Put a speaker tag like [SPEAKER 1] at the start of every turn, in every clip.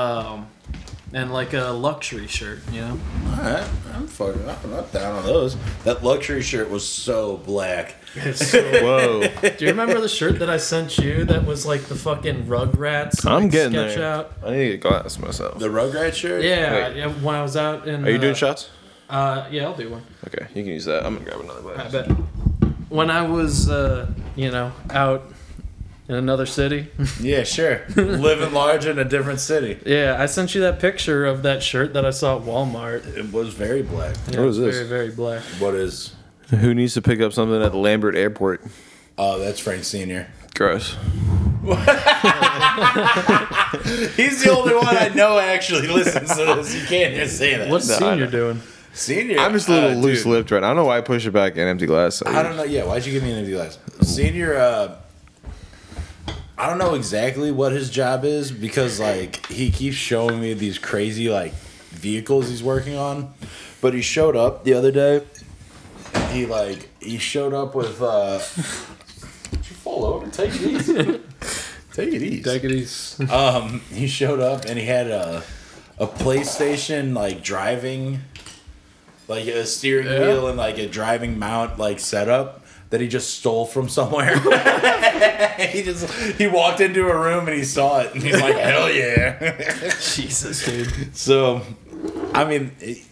[SPEAKER 1] um, and like a luxury shirt, you know.
[SPEAKER 2] All right, I'm fucking. I'm not down on those. That luxury shirt was so black.
[SPEAKER 3] Whoa.
[SPEAKER 1] Do you remember the shirt that I sent you that was like the fucking Rugrats?
[SPEAKER 3] I'm
[SPEAKER 1] like,
[SPEAKER 3] getting
[SPEAKER 1] sketch
[SPEAKER 3] there.
[SPEAKER 1] Out?
[SPEAKER 3] I need to get glass myself.
[SPEAKER 2] The Rugrat shirt.
[SPEAKER 1] Yeah,
[SPEAKER 3] Wait.
[SPEAKER 1] yeah, when I was out in.
[SPEAKER 3] Are you
[SPEAKER 1] uh,
[SPEAKER 3] doing shots?
[SPEAKER 1] Uh, yeah, I'll do one.
[SPEAKER 3] Okay, you can use that. I'm gonna grab another glass.
[SPEAKER 1] I bet. When I was, uh, you know, out in another city,
[SPEAKER 2] Yeah, sure. Living large in a different city.
[SPEAKER 1] yeah, I sent you that picture of that shirt that I saw at Walmart.
[SPEAKER 2] It was very black.
[SPEAKER 1] Yeah,
[SPEAKER 3] What is
[SPEAKER 1] it's
[SPEAKER 3] this?
[SPEAKER 1] Very, very black.
[SPEAKER 2] What is?
[SPEAKER 3] Who needs to pick up something at the Lambert Airport?
[SPEAKER 2] Oh, that's Frank Senior.
[SPEAKER 3] Gross.
[SPEAKER 2] He's the only one I know actually listens to this. You can't just say that.
[SPEAKER 1] What's
[SPEAKER 3] No, I
[SPEAKER 1] senior
[SPEAKER 3] know.
[SPEAKER 1] doing?
[SPEAKER 2] Senior?
[SPEAKER 3] I'm just a little
[SPEAKER 2] uh,
[SPEAKER 3] loose
[SPEAKER 2] dude,
[SPEAKER 3] lipped right now. I don't know why I push it back an empty glass.
[SPEAKER 2] I don't know. Yeah, why'd you give me an empty glass? Senior, uh, I don't know exactly what his job is because like he keeps showing me these crazy like vehicles he's working on. But he showed up the other day. He like he showed up with uh Did you fall over? Take it easy. Take it easy.
[SPEAKER 1] Take it easy.
[SPEAKER 2] Um, he showed up and he had a a PlayStation like driving, like a steering
[SPEAKER 1] Yeah.
[SPEAKER 2] wheel and like a driving mount like setup that he just stole from somewhere. he just he walked into a room and he saw it and he's like, hell yeah!
[SPEAKER 1] Jesus, dude.
[SPEAKER 2] so, I mean. It,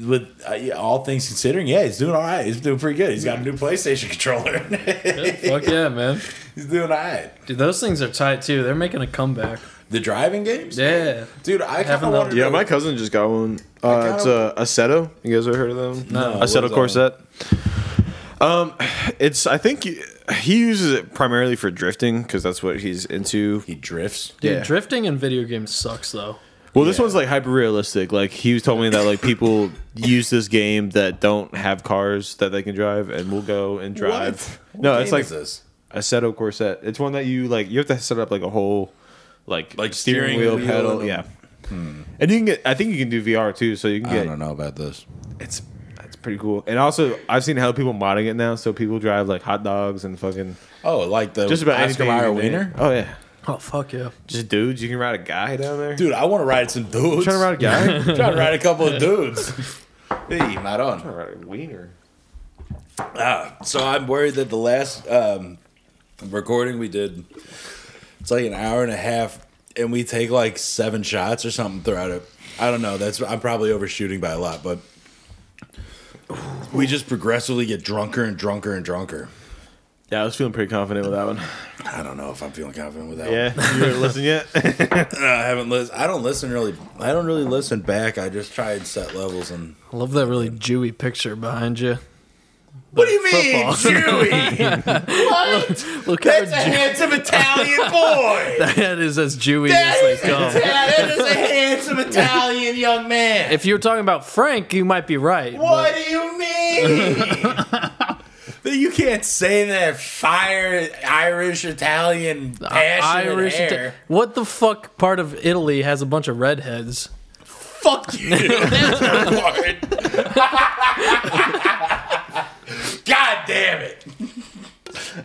[SPEAKER 2] with uh, yeah, all things considering, yeah, he's doing all right. He's doing pretty good. He's got a new PlayStation controller.
[SPEAKER 1] Fuck yeah, man.
[SPEAKER 2] he's doing all right.
[SPEAKER 1] Dude, those things are tight too. They're making a comeback.
[SPEAKER 2] The driving games,
[SPEAKER 1] Yeah.
[SPEAKER 2] dude. I kind
[SPEAKER 1] Haven't
[SPEAKER 2] of
[SPEAKER 1] the-
[SPEAKER 2] wanted.
[SPEAKER 3] Yeah,
[SPEAKER 2] to-
[SPEAKER 3] my cousin just got one. Uh, it's a Aceto. You guys ever heard of them?
[SPEAKER 1] No. No,
[SPEAKER 2] what
[SPEAKER 3] Aceto
[SPEAKER 2] is that?
[SPEAKER 3] Corset. Um, it's I think he, he uses it primarily for drifting because that's what he's into.
[SPEAKER 2] he drifts.
[SPEAKER 1] Dude,
[SPEAKER 3] Yeah.
[SPEAKER 1] drifting in video games sucks though.
[SPEAKER 3] Well, this one's like hyper realistic. Like he was telling me that like people use this game that don't have cars that they can drive and will go and drive.
[SPEAKER 2] What?
[SPEAKER 3] No,
[SPEAKER 2] What
[SPEAKER 3] it's
[SPEAKER 2] game
[SPEAKER 3] like
[SPEAKER 2] is this?
[SPEAKER 3] Aceto Corset. It's one that you like. You have to set up like a whole like
[SPEAKER 2] Like
[SPEAKER 3] steering,
[SPEAKER 2] steering
[SPEAKER 3] wheel,
[SPEAKER 2] wheel
[SPEAKER 3] pedal.
[SPEAKER 2] and a-
[SPEAKER 3] Yeah. And you can get. I think you can do VR too. So you can
[SPEAKER 2] I
[SPEAKER 3] get.
[SPEAKER 2] don't know about this.
[SPEAKER 3] It's it's pretty cool. And also, I've seen how people modding it now. So people drive like hot dogs and fucking
[SPEAKER 2] Oh, like the
[SPEAKER 3] just about
[SPEAKER 2] Oscar
[SPEAKER 3] anything you
[SPEAKER 2] Mayer
[SPEAKER 3] can do.
[SPEAKER 2] wiener.
[SPEAKER 3] Oh yeah.
[SPEAKER 1] Oh fuck yeah.
[SPEAKER 3] Just dudes. You can ride a guy down there.
[SPEAKER 2] Dude, I want to ride some dudes.
[SPEAKER 3] trying to ride a guy.
[SPEAKER 2] I'm trying to ride a couple of dudes. hey, not on.
[SPEAKER 3] ride a wiener.
[SPEAKER 2] Ah, so I'm worried that the last um, recording we did, it's like an hour and a half, and we take like seven shots or something throughout it. I don't know. That's I'm probably overshooting by a lot, but we just progressively get drunker and drunker and drunker.
[SPEAKER 3] Yeah, I was feeling pretty confident with that one.
[SPEAKER 2] I don't know if I'm feeling confident with that. one.
[SPEAKER 3] Yeah, you haven't listened yet?
[SPEAKER 2] I haven't listened. I don't listen really. I don't really listen back. I just try and set levels and.
[SPEAKER 1] I love that really Jewy picture behind you.
[SPEAKER 2] What do you mean,
[SPEAKER 1] Football.
[SPEAKER 2] Jewy? what?
[SPEAKER 1] Look how
[SPEAKER 2] That's a
[SPEAKER 1] Jew-
[SPEAKER 2] handsome Italian boy.
[SPEAKER 1] that is as Jewy
[SPEAKER 2] That
[SPEAKER 1] as
[SPEAKER 2] is,
[SPEAKER 1] they come.
[SPEAKER 2] Ita- that is a handsome Italian young man.
[SPEAKER 1] If you were talking about Frank, you might be right.
[SPEAKER 2] what do you mean? That you can't say that fire Irish Italian
[SPEAKER 1] but
[SPEAKER 2] passionate
[SPEAKER 1] Irish.
[SPEAKER 2] hair.
[SPEAKER 1] Ita- what the fuck part of Italy has a bunch of redheads?
[SPEAKER 2] Fuck you. That's the part. God damn it.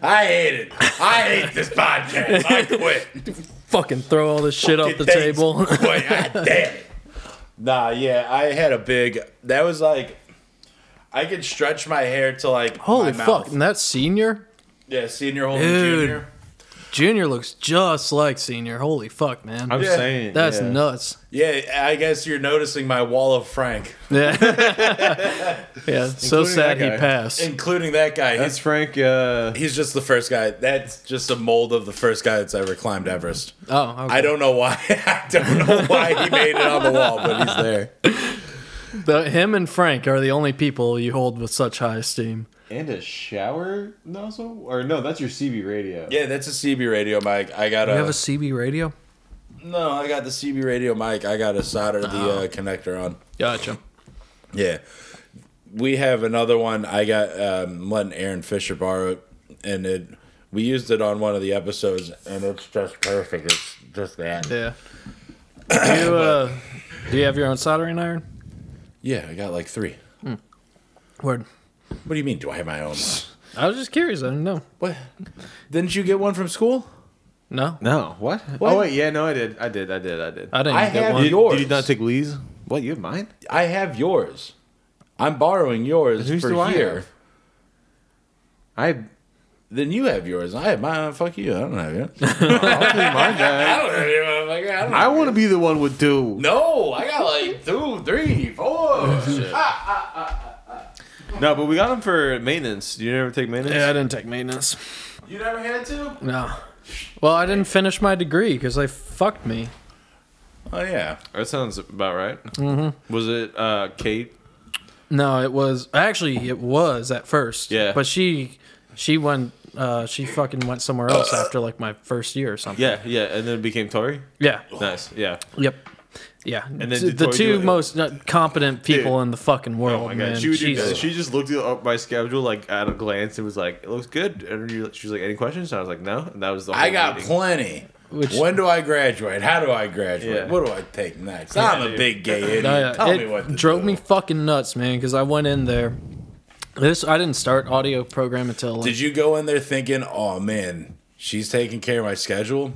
[SPEAKER 2] I hate it. I hate this podcast. I quit.
[SPEAKER 1] Fucking throw all this shit off the
[SPEAKER 2] Thanks.
[SPEAKER 1] table.
[SPEAKER 2] Quit. God damn it. Nah, yeah, I had a big. That was like. I could stretch my hair to like.
[SPEAKER 1] Holy
[SPEAKER 2] my
[SPEAKER 1] fuck!
[SPEAKER 2] Mouth.
[SPEAKER 1] And that's senior.
[SPEAKER 2] Yeah, senior holding
[SPEAKER 1] Dude.
[SPEAKER 2] junior.
[SPEAKER 1] Junior looks just like senior. Holy fuck, man.
[SPEAKER 3] I'm
[SPEAKER 2] Yeah.
[SPEAKER 3] saying
[SPEAKER 1] that's
[SPEAKER 3] yeah.
[SPEAKER 1] nuts.
[SPEAKER 2] Yeah, I guess you're noticing my wall of Frank,
[SPEAKER 1] Yeah. yeah. So
[SPEAKER 3] Including
[SPEAKER 1] sad
[SPEAKER 3] that
[SPEAKER 1] he
[SPEAKER 3] guy.
[SPEAKER 1] passed.
[SPEAKER 2] including that guy.
[SPEAKER 3] That's
[SPEAKER 2] He's,
[SPEAKER 3] Frank. Uh,
[SPEAKER 2] he's just the first guy. That's just a mold of the first guy that's ever climbed Everest.
[SPEAKER 1] Oh, okay.
[SPEAKER 2] I don't know why. I don't know why he made it on the wall, but he's there.
[SPEAKER 1] The, him and Frank are the only people you hold with such high esteem.
[SPEAKER 3] and a shower nozzle, or no, that's your CB radio.
[SPEAKER 2] Yeah, that's a CB radio mic. I got
[SPEAKER 1] You
[SPEAKER 2] a,
[SPEAKER 3] Uh,
[SPEAKER 1] have a CB radio?
[SPEAKER 2] no. I got the CB radio mic. I got to solder the
[SPEAKER 3] Oh.
[SPEAKER 2] uh, connector on.
[SPEAKER 1] Gotcha.
[SPEAKER 2] Yeah, we have another one. I got um, letting Aaron Fisher borrow it, and it we used it on one of the episodes, and it's just perfect. It's just that.
[SPEAKER 1] Yeah. Do you, uh, do you have your own soldering iron?
[SPEAKER 2] Yeah, I got like three.
[SPEAKER 1] Word.
[SPEAKER 2] What do you mean? Do I have my own?
[SPEAKER 1] I was just curious. I didn't know.
[SPEAKER 2] What? Didn't you get one from school?
[SPEAKER 1] No,
[SPEAKER 3] No, what?
[SPEAKER 2] What?
[SPEAKER 3] Oh wait, yeah, no, I did, I did, I did, I did.
[SPEAKER 1] I didn't
[SPEAKER 2] I
[SPEAKER 1] get
[SPEAKER 2] have
[SPEAKER 1] one.
[SPEAKER 3] did,
[SPEAKER 2] yours.
[SPEAKER 3] did you not take Lee's? What you have mine?
[SPEAKER 2] I have yours. I'm borrowing yours
[SPEAKER 3] Whose
[SPEAKER 2] for
[SPEAKER 3] do I
[SPEAKER 2] here.
[SPEAKER 3] have? I
[SPEAKER 2] Then you have yours. I have mine. Fuck you. I don't have yours. I
[SPEAKER 3] mine guy.
[SPEAKER 2] don't have yours. motherfucker. I don't
[SPEAKER 3] I
[SPEAKER 2] have
[SPEAKER 3] want to be the one with two.
[SPEAKER 2] No, I got like two, three, four. Shit.
[SPEAKER 3] No, but we got him for maintenance. You never take maintenance.
[SPEAKER 1] Yeah, I didn't take maintenance.
[SPEAKER 2] You never had to?
[SPEAKER 1] No. Well, I didn't finish my degree because they fucked me.
[SPEAKER 2] Oh yeah.
[SPEAKER 3] that sounds about right. Mm-hmm. Was it uh, Kate?
[SPEAKER 1] No, it was actually it was at first.
[SPEAKER 3] Yeah.
[SPEAKER 1] But she she went uh she fucking went somewhere else
[SPEAKER 3] Uh.
[SPEAKER 1] after like my first year or something.
[SPEAKER 3] Yeah, yeah, and then it became Tori.
[SPEAKER 1] Yeah.
[SPEAKER 3] Nice. Yeah.
[SPEAKER 1] Yep. Yeah.
[SPEAKER 3] then
[SPEAKER 1] T-
[SPEAKER 3] did
[SPEAKER 1] the
[SPEAKER 3] Tori
[SPEAKER 1] two
[SPEAKER 3] do it?
[SPEAKER 1] most uh, competent people in the fucking world,
[SPEAKER 3] Oh my
[SPEAKER 1] man.
[SPEAKER 3] god, she would do
[SPEAKER 1] Jesus.
[SPEAKER 3] that. She just looked up my schedule like at a glance and was like, "It looks good." And you- she was like, "Any questions?" And I was like, "No." And that was the. Whole
[SPEAKER 2] I got
[SPEAKER 3] meeting.
[SPEAKER 2] plenty.
[SPEAKER 1] Which-
[SPEAKER 2] when do I graduate? How do I graduate?
[SPEAKER 3] Yeah.
[SPEAKER 2] What do I take next? I'm a
[SPEAKER 3] dude.
[SPEAKER 2] big gay idiot.
[SPEAKER 1] No, Oh, yeah,
[SPEAKER 2] Tell
[SPEAKER 1] it
[SPEAKER 2] me what to
[SPEAKER 1] drove
[SPEAKER 2] do.
[SPEAKER 1] me fucking nuts, man. Because I went in there. This I didn't start audio program until like,
[SPEAKER 2] Did you go in there thinking, "Oh man, she's taking care of my schedule.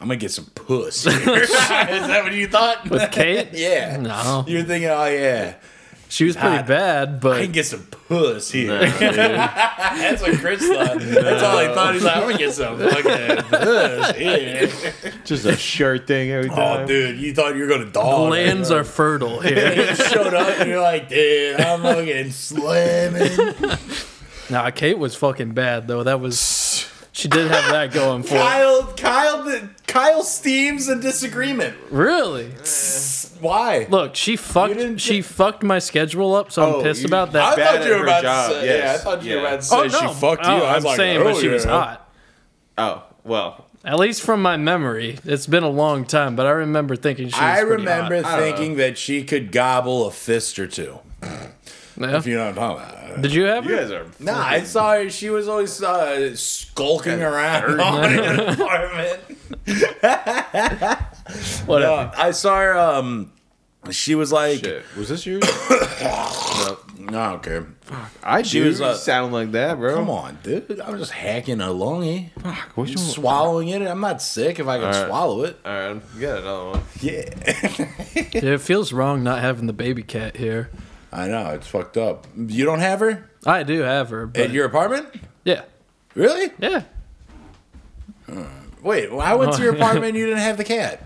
[SPEAKER 2] I'm gonna get some puss." Is that what you thought?
[SPEAKER 1] with Kate.
[SPEAKER 2] yeah.
[SPEAKER 1] No,
[SPEAKER 2] You're thinking, "Oh yeah,
[SPEAKER 1] she was pretty
[SPEAKER 2] Nah.
[SPEAKER 1] bad,
[SPEAKER 2] I
[SPEAKER 1] but
[SPEAKER 2] can get some puss here."
[SPEAKER 3] Yeah,
[SPEAKER 2] That's what Chris thought. That's all he thought. He's like, "I'm gonna get some fucking puss here."
[SPEAKER 3] dude. just a shirt thing every time.
[SPEAKER 2] Oh, dude, you thought you were gonna
[SPEAKER 1] the
[SPEAKER 2] dog.
[SPEAKER 1] lands are fertile here.
[SPEAKER 2] You showed up and you're like, dude, I'm fucking slamming.
[SPEAKER 1] Nah, Kate was fucking bad though. That was she did have that going for her.
[SPEAKER 2] Kyle, Kyle, the, Kyle steams a disagreement.
[SPEAKER 1] Really?
[SPEAKER 2] Why?
[SPEAKER 1] Look, she
[SPEAKER 2] didn't
[SPEAKER 1] fucked she
[SPEAKER 2] get-
[SPEAKER 1] fucked my schedule up, so
[SPEAKER 3] Oh,
[SPEAKER 1] I'm pissed
[SPEAKER 3] you-
[SPEAKER 1] about
[SPEAKER 2] I
[SPEAKER 1] that.
[SPEAKER 3] bad
[SPEAKER 2] thought
[SPEAKER 3] at
[SPEAKER 2] you were
[SPEAKER 3] her
[SPEAKER 2] about
[SPEAKER 3] job,
[SPEAKER 2] to say. Yeah, I
[SPEAKER 3] yes,
[SPEAKER 2] thought you were
[SPEAKER 3] yeah.
[SPEAKER 2] about to say she fucked you.
[SPEAKER 1] Oh,
[SPEAKER 2] I
[SPEAKER 1] I'm
[SPEAKER 2] was like,
[SPEAKER 1] saying, but she was
[SPEAKER 2] earlier.
[SPEAKER 1] hot.
[SPEAKER 3] Oh well,
[SPEAKER 1] At least from my memory, it's been a long time, but I remember thinking she was
[SPEAKER 2] I
[SPEAKER 1] pretty hot.
[SPEAKER 2] remember
[SPEAKER 3] I don't
[SPEAKER 2] thinking that she could gobble a fist or two.
[SPEAKER 1] Yeah.
[SPEAKER 2] If you know what I'm talking about.
[SPEAKER 1] Did you have
[SPEAKER 3] you
[SPEAKER 1] her?
[SPEAKER 3] guys are.
[SPEAKER 2] Nah, I saw her. She was always uh, skulking around in the apartment.
[SPEAKER 1] Whatever.
[SPEAKER 2] Uh, I saw her. Um, she was like,
[SPEAKER 3] Shit. Was this yours? no.
[SPEAKER 2] I don't care.
[SPEAKER 3] I do
[SPEAKER 2] was, uh,
[SPEAKER 3] sound like that, bro.
[SPEAKER 2] Come on, dude. I'm just hacking a lungy.
[SPEAKER 3] Fuck, which one-
[SPEAKER 2] swallowing it. I'm not sick if I can
[SPEAKER 3] All right.
[SPEAKER 2] swallow it.
[SPEAKER 3] All right, you got another one.
[SPEAKER 2] Yeah.
[SPEAKER 1] Dude, it feels wrong not having the baby cat here.
[SPEAKER 2] I know, it's fucked up. You don't have her
[SPEAKER 1] I do have her, but
[SPEAKER 2] at your apartment?
[SPEAKER 1] yeah,
[SPEAKER 2] Really?
[SPEAKER 1] yeah.
[SPEAKER 2] Wait, well, I went to your apartment and you didn't have the cat.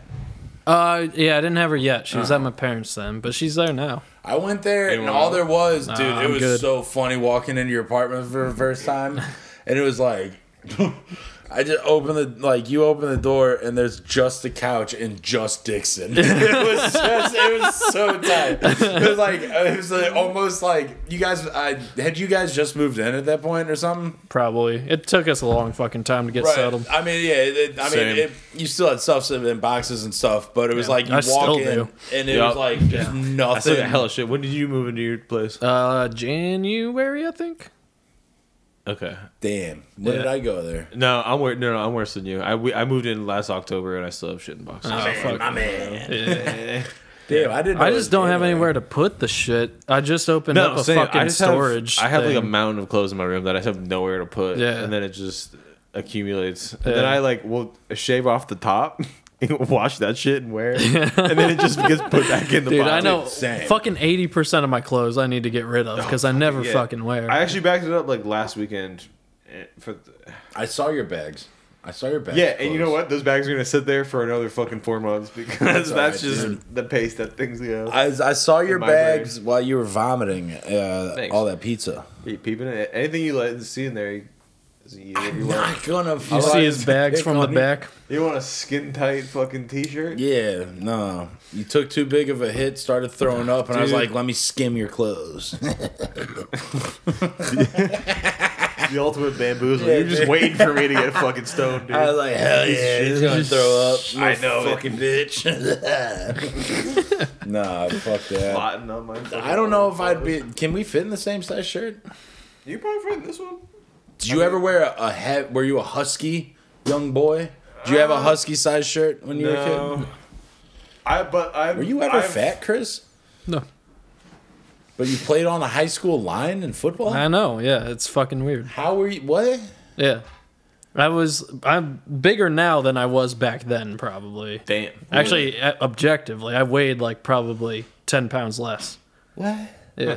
[SPEAKER 1] Uh, yeah, I didn't have her yet. She was at my
[SPEAKER 2] Uh-huh.
[SPEAKER 1] parents' then, but she's there now.
[SPEAKER 2] I went there and
[SPEAKER 3] Anyone
[SPEAKER 2] all
[SPEAKER 3] else?
[SPEAKER 2] there was, dude, it
[SPEAKER 1] I'm
[SPEAKER 2] was
[SPEAKER 1] good.
[SPEAKER 2] so funny walking into your apartment for the first time. and it was like I just opened the like you open the door and there's just the couch and just Dixon. it was just it was so tight. It was like it was like almost like you guys I had you guys just moved in at that point or something?
[SPEAKER 1] Probably. It took us a long fucking time to get settled.
[SPEAKER 2] I mean, yeah. It, it- I mean,
[SPEAKER 3] Same.
[SPEAKER 2] it, you still had stuff in boxes and stuff, but it was
[SPEAKER 1] Yeah,
[SPEAKER 2] like you
[SPEAKER 1] I
[SPEAKER 2] walk
[SPEAKER 1] still
[SPEAKER 2] in
[SPEAKER 1] do.
[SPEAKER 2] and it was
[SPEAKER 3] Yup.
[SPEAKER 2] like just
[SPEAKER 3] I still
[SPEAKER 2] nothing.
[SPEAKER 3] got hella shit. When did you move into your place?
[SPEAKER 1] Uh, January, I think.
[SPEAKER 3] Okay.
[SPEAKER 2] Damn, when did
[SPEAKER 3] Yeah.
[SPEAKER 2] I go there?
[SPEAKER 3] No, I'm wor- no, no, I'm worse than you. I, we, I moved in last October and I still have shit in boxes.
[SPEAKER 2] Ah.
[SPEAKER 1] Oh, fuck.
[SPEAKER 2] My man.
[SPEAKER 3] Eh.
[SPEAKER 2] Damn, I didn't. know
[SPEAKER 1] I
[SPEAKER 2] it
[SPEAKER 1] just
[SPEAKER 2] was
[SPEAKER 1] don't have
[SPEAKER 2] January.
[SPEAKER 1] anywhere to put the shit. I just opened
[SPEAKER 3] no,
[SPEAKER 1] up a
[SPEAKER 3] same. I
[SPEAKER 1] fucking
[SPEAKER 3] just
[SPEAKER 1] storage.
[SPEAKER 3] Have, I have like a
[SPEAKER 1] thing.
[SPEAKER 3] mountain of clothes in my room that I have nowhere to put.
[SPEAKER 1] Yeah.
[SPEAKER 3] And then it just accumulates. And
[SPEAKER 1] Yeah.
[SPEAKER 3] then I like will shave off the top, wash that shit and wear it. and then it just gets put back in the
[SPEAKER 1] Dude,
[SPEAKER 3] box.
[SPEAKER 1] I know
[SPEAKER 2] same.
[SPEAKER 1] fucking 80% of my clothes I need to get rid of because I never
[SPEAKER 3] Yeah.
[SPEAKER 1] fucking wear.
[SPEAKER 3] I actually backed it up like last weekend. eh, For the,
[SPEAKER 2] I saw your bags. I saw your bags.
[SPEAKER 3] yeah, and you know
[SPEAKER 2] closed.
[SPEAKER 3] what? Those bags are gonna sit there for another fucking four months because that's,
[SPEAKER 2] all right,
[SPEAKER 3] just the pace that things go.
[SPEAKER 2] I, I saw your
[SPEAKER 3] my brain.
[SPEAKER 2] bags while you were vomiting uh,
[SPEAKER 3] Thanks.
[SPEAKER 2] all that pizza.
[SPEAKER 3] Keep peeping it. Anything you let see in there, you, you, you want,
[SPEAKER 2] Not gonna.
[SPEAKER 1] you
[SPEAKER 2] fucking
[SPEAKER 1] see his bags
[SPEAKER 2] pick
[SPEAKER 1] from the
[SPEAKER 2] on you.
[SPEAKER 1] back?
[SPEAKER 3] you want a skin tight fucking t-shirt.
[SPEAKER 2] Yeah, no. You took too big of a hit, started throwing up, and I was
[SPEAKER 3] Dude.
[SPEAKER 2] like, "Let me skim your clothes."
[SPEAKER 3] The ultimate bamboozle.
[SPEAKER 2] Yeah,
[SPEAKER 3] You're just
[SPEAKER 2] dude.
[SPEAKER 3] waiting for me to get fucking stoned, dude.
[SPEAKER 2] I was like, hell yeah, he's gonna throw up.
[SPEAKER 3] I know it.
[SPEAKER 2] fucking bitch. nah, fuck that.
[SPEAKER 3] Plotting on my fucking
[SPEAKER 2] I don't know if I'd be. Can we fit in the same size shirt?
[SPEAKER 3] You probably fit in this one.
[SPEAKER 2] Did you ever wear a, a hat? Were you a husky young boy? Did you have a husky size shirt when you were a kid?
[SPEAKER 3] No. I but I.
[SPEAKER 2] Were you ever fat, Chris?
[SPEAKER 1] No.
[SPEAKER 2] But you played on the high school line in football.
[SPEAKER 1] I know. Yeah, it's fucking weird.
[SPEAKER 2] How were you? What?
[SPEAKER 1] Yeah. I was I'm bigger now than I was back then, probably.
[SPEAKER 3] Damn.
[SPEAKER 1] Actually, uh, objectively, I weighed like probably ten pounds less.
[SPEAKER 2] What?
[SPEAKER 1] Yeah,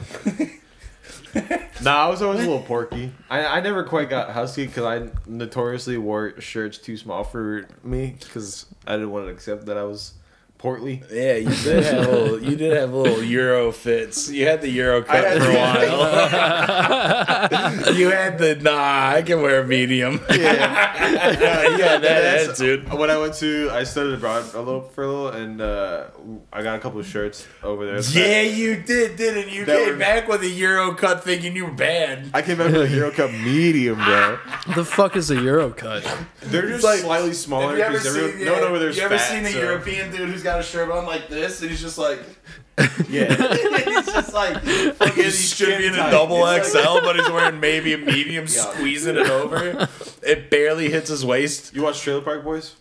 [SPEAKER 3] Nah, I was always a little porky. I, I never quite got husky because I notoriously wore shirts too small for me because I didn't want to accept that I was portly.
[SPEAKER 2] Yeah, you did have little, you did have little Euro fits. You had the Euro cut for a while. you had the nah, I can wear a medium.
[SPEAKER 3] Yeah,
[SPEAKER 2] yeah, that attitude.
[SPEAKER 3] When I went to, I studied abroad a little for a little, and uh, I got a couple of shirts over there.
[SPEAKER 2] Yeah, you did, didn't you? You
[SPEAKER 3] That
[SPEAKER 2] came
[SPEAKER 3] was-
[SPEAKER 2] back with a Euro cut thinking you were bad.
[SPEAKER 3] I came back with a Euro Cup medium,
[SPEAKER 2] Ah,
[SPEAKER 3] bro.
[SPEAKER 1] the fuck is a euro cut?
[SPEAKER 3] They're just
[SPEAKER 2] like-
[SPEAKER 3] slightly smaller
[SPEAKER 2] Have you ever
[SPEAKER 3] because
[SPEAKER 2] seen,
[SPEAKER 3] everyone,
[SPEAKER 2] yeah,
[SPEAKER 3] no one over there's
[SPEAKER 2] you ever
[SPEAKER 3] fat,
[SPEAKER 2] seen the
[SPEAKER 3] so-
[SPEAKER 2] European dude who's got a shirt on like this and he's just like
[SPEAKER 3] Yeah,
[SPEAKER 2] he's just like fucking he should be in a
[SPEAKER 3] tight.
[SPEAKER 2] double
[SPEAKER 3] It's
[SPEAKER 2] XL but he's wearing maybe a medium squeezing it over. It barely hits his waist.
[SPEAKER 3] you watch Trailer Park Boys?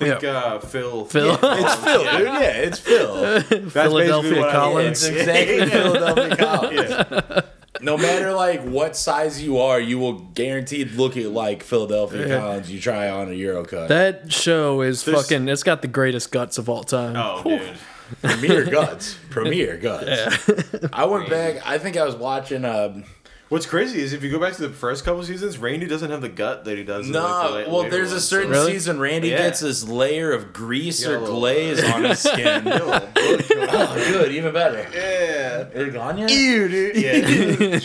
[SPEAKER 3] I
[SPEAKER 1] Yeah.
[SPEAKER 3] think uh, Phil.
[SPEAKER 1] Phil,
[SPEAKER 2] It's Phil, dude. Yeah, it's Phil.
[SPEAKER 3] That's basically
[SPEAKER 1] Philadelphia
[SPEAKER 3] what I look
[SPEAKER 1] Collins.
[SPEAKER 3] like.
[SPEAKER 2] It's exactly Philadelphia College.
[SPEAKER 3] Yeah.
[SPEAKER 2] No matter like what size you are, you will guaranteed look it like Philadelphia College. You try on a Euro cut.
[SPEAKER 1] that show is
[SPEAKER 3] There's-
[SPEAKER 1] fucking. It's got the greatest guts of all time.
[SPEAKER 3] Oh, dude.
[SPEAKER 2] Premier guts. Premier guts. I went back. I think I was watching. Um,
[SPEAKER 3] What's crazy is if you go back to the first couple seasons, Randy doesn't have the gut that he does.
[SPEAKER 2] no, well, there's a certain
[SPEAKER 1] Really?
[SPEAKER 2] season Randy
[SPEAKER 3] Yeah.
[SPEAKER 2] gets this layer of grease
[SPEAKER 3] Yeah, a
[SPEAKER 2] or
[SPEAKER 3] little,
[SPEAKER 2] glaze on his skin.
[SPEAKER 3] yeah.
[SPEAKER 2] oh, good, even better. Irganya.
[SPEAKER 3] Ew, dude.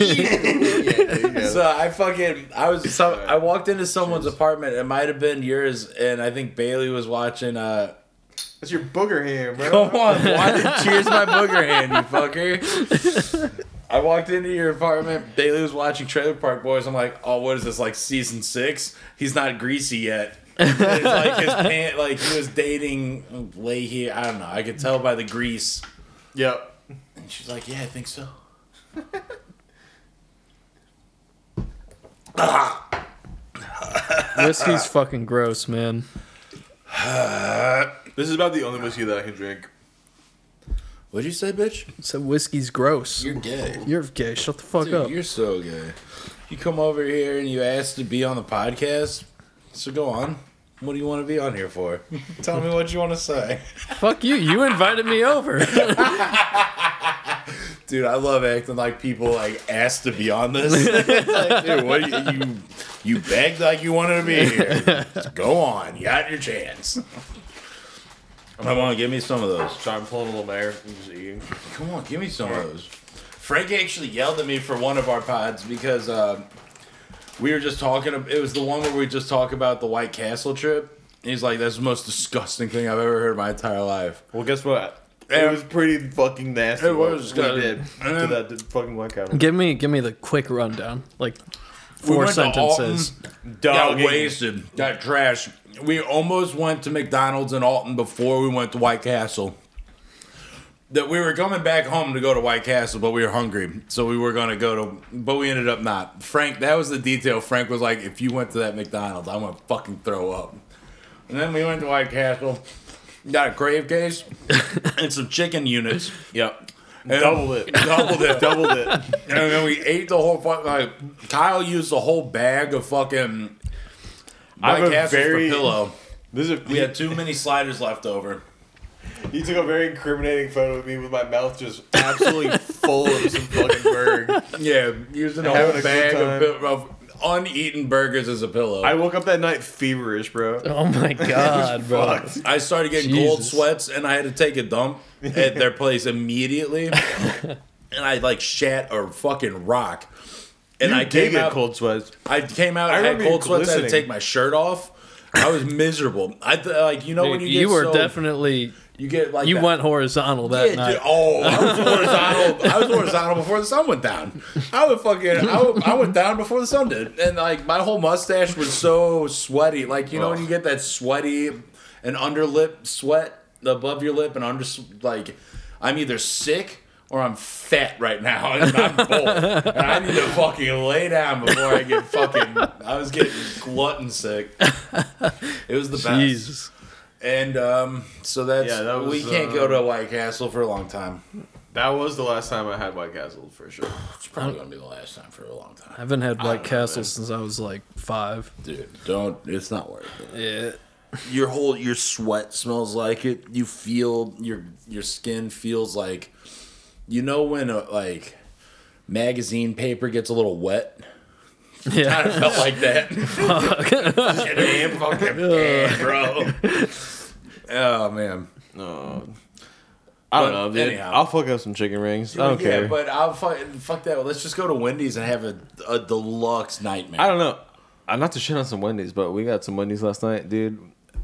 [SPEAKER 3] Yeah.
[SPEAKER 2] So I fucking I was so I walked into someone's apartment. It might have been yours, and I think Bailey was watching. uh
[SPEAKER 3] That's your booger hand, bro.
[SPEAKER 2] Come on, why did cheers my booger hand, you fucker? I walked into your apartment. Bailey was watching Trailer Park Boys. I'm like, oh, what is this like season six? He's not greasy yet. it's like his pant, like he was dating way here. I don't know. I could tell by the grease.
[SPEAKER 3] Yep.
[SPEAKER 2] And she's like, yeah, I think so.
[SPEAKER 1] Whiskey's fucking gross, man.
[SPEAKER 3] This is about the only whiskey that I can drink.
[SPEAKER 2] What'd you say, bitch?
[SPEAKER 1] So whiskey's gross. You're,
[SPEAKER 2] gay.
[SPEAKER 1] gay. Shut the fuck
[SPEAKER 2] Dude,
[SPEAKER 1] up.
[SPEAKER 2] you're so gay. You come over here and you ask to be on the podcast. So go on. What do you want to be on here for? Tell me what you want to say.
[SPEAKER 1] Fuck you. You invited me over.
[SPEAKER 2] Dude, I love acting like people like asked to be on this. It's like, dude, what do you, you you begged like you wanted to be here. Go on, you got your chance. Come on, give me some of those.
[SPEAKER 3] So I'm pulling a little mare. I'm just eating.
[SPEAKER 2] Come on, give me some of those. Frank actually yelled at me for one of our pods because um, we were just talking. ab- It was the one where we just talk about the White Castle trip. And he's like, "That's the most disgusting thing I've ever heard in my entire life."
[SPEAKER 3] Well, guess
[SPEAKER 2] Yeah.
[SPEAKER 3] what? It was pretty fucking nasty.
[SPEAKER 2] It
[SPEAKER 3] what
[SPEAKER 2] was
[SPEAKER 3] we
[SPEAKER 2] good.
[SPEAKER 3] did
[SPEAKER 2] And
[SPEAKER 3] to
[SPEAKER 2] then-
[SPEAKER 3] that d- fucking white guy.
[SPEAKER 1] give me, give me the quick rundown. Like four
[SPEAKER 2] went to
[SPEAKER 1] sentences.
[SPEAKER 2] Got
[SPEAKER 3] Dogging.
[SPEAKER 2] wasted, got trash. We almost went to McDonald's in Alton before we went to White Castle. That we were coming back home to go to White Castle, but we were hungry, so we were gonna go to, but we ended up not. Frank, that was the detail. Frank was like, "If you went to that McDonald's, I'm gonna fucking throw up." And then we went to White Castle, got a crave case and some chicken units.
[SPEAKER 3] Yep.
[SPEAKER 2] And
[SPEAKER 3] Doubled it.
[SPEAKER 2] Doubled it.
[SPEAKER 3] Doubled it.
[SPEAKER 2] And then we ate the whole fucking. Like, Kyle used the whole bag of fucking
[SPEAKER 3] I'm
[SPEAKER 2] White
[SPEAKER 3] a
[SPEAKER 2] Castles
[SPEAKER 3] very-
[SPEAKER 2] for pillow.
[SPEAKER 3] This is a,
[SPEAKER 2] We had too many sliders left over.
[SPEAKER 3] He took a very incriminating photo of me with my mouth just absolutely full of some fucking bird.
[SPEAKER 2] Yeah, using a
[SPEAKER 3] Having
[SPEAKER 2] whole
[SPEAKER 3] a good
[SPEAKER 2] bag
[SPEAKER 3] time.
[SPEAKER 2] of, pil- of uneaten burgers as a pillow.
[SPEAKER 3] I
[SPEAKER 2] I,
[SPEAKER 3] woke up that night feverish, bro.
[SPEAKER 1] Oh my god, bro.
[SPEAKER 3] Fucked.
[SPEAKER 2] started getting cold
[SPEAKER 1] Jesus.
[SPEAKER 2] sweats, and I had to take a dump at their place immediately. and I like shat a fucking rock. And
[SPEAKER 3] You
[SPEAKER 2] I
[SPEAKER 3] did
[SPEAKER 2] came
[SPEAKER 3] get
[SPEAKER 2] out.
[SPEAKER 3] cold sweats.
[SPEAKER 2] I came out.
[SPEAKER 3] I
[SPEAKER 2] I had
[SPEAKER 3] remember you
[SPEAKER 2] cold sweats. I had to
[SPEAKER 3] glistening.
[SPEAKER 2] take my shirt off. I was miserable. I th- like you know when
[SPEAKER 1] Dude,
[SPEAKER 2] you
[SPEAKER 1] you,
[SPEAKER 2] get
[SPEAKER 1] were
[SPEAKER 2] so-
[SPEAKER 1] definitely
[SPEAKER 2] you get like
[SPEAKER 1] you
[SPEAKER 2] that-
[SPEAKER 1] went horizontal that
[SPEAKER 2] Yeah,
[SPEAKER 1] night.
[SPEAKER 2] dude. Oh, I was horizontal. I was horizontal before the sun went down. I would fucking. I, would, I went down before the sun did, and like my whole mustache was so sweaty. Like you know when you get that sweaty and underlip sweat above your lip and under like I'm either sick. Or I'm fat right now, and I'm both. and I need to fucking lay down before I get fucking. I was getting glutton sick. It was the best.
[SPEAKER 1] Jesus.
[SPEAKER 2] And um, so that's
[SPEAKER 3] Yeah, that was,
[SPEAKER 2] we can't
[SPEAKER 3] uh,
[SPEAKER 2] go to White Castle for a long time.
[SPEAKER 3] That was the last time I had White Castle for sure.
[SPEAKER 2] It's probably gonna be the last time for a long time.
[SPEAKER 1] I haven't had White
[SPEAKER 2] I don't know, man.
[SPEAKER 1] Castle since I was like five.
[SPEAKER 2] Dude, don't. It's not worth it.
[SPEAKER 1] Yeah.
[SPEAKER 2] Your whole your sweat smells like it. You feel your your skin feels like, you know when a, like, magazine paper gets a little wet. I
[SPEAKER 1] Yeah.
[SPEAKER 2] felt like that. Shit, man, fucking yeah, bro. Oh man.
[SPEAKER 3] No. I
[SPEAKER 2] But
[SPEAKER 3] don't know, dude.
[SPEAKER 2] anyhow.
[SPEAKER 3] I'll fuck up some chicken rings. I don't
[SPEAKER 2] yeah,
[SPEAKER 3] care.
[SPEAKER 2] but I'll fuck, fuck that. Let's just go to Wendy's and have a, a deluxe nightmare.
[SPEAKER 3] I don't know. Uh, not to shit on some Wendy's, but we got some Wendy's last night, dude.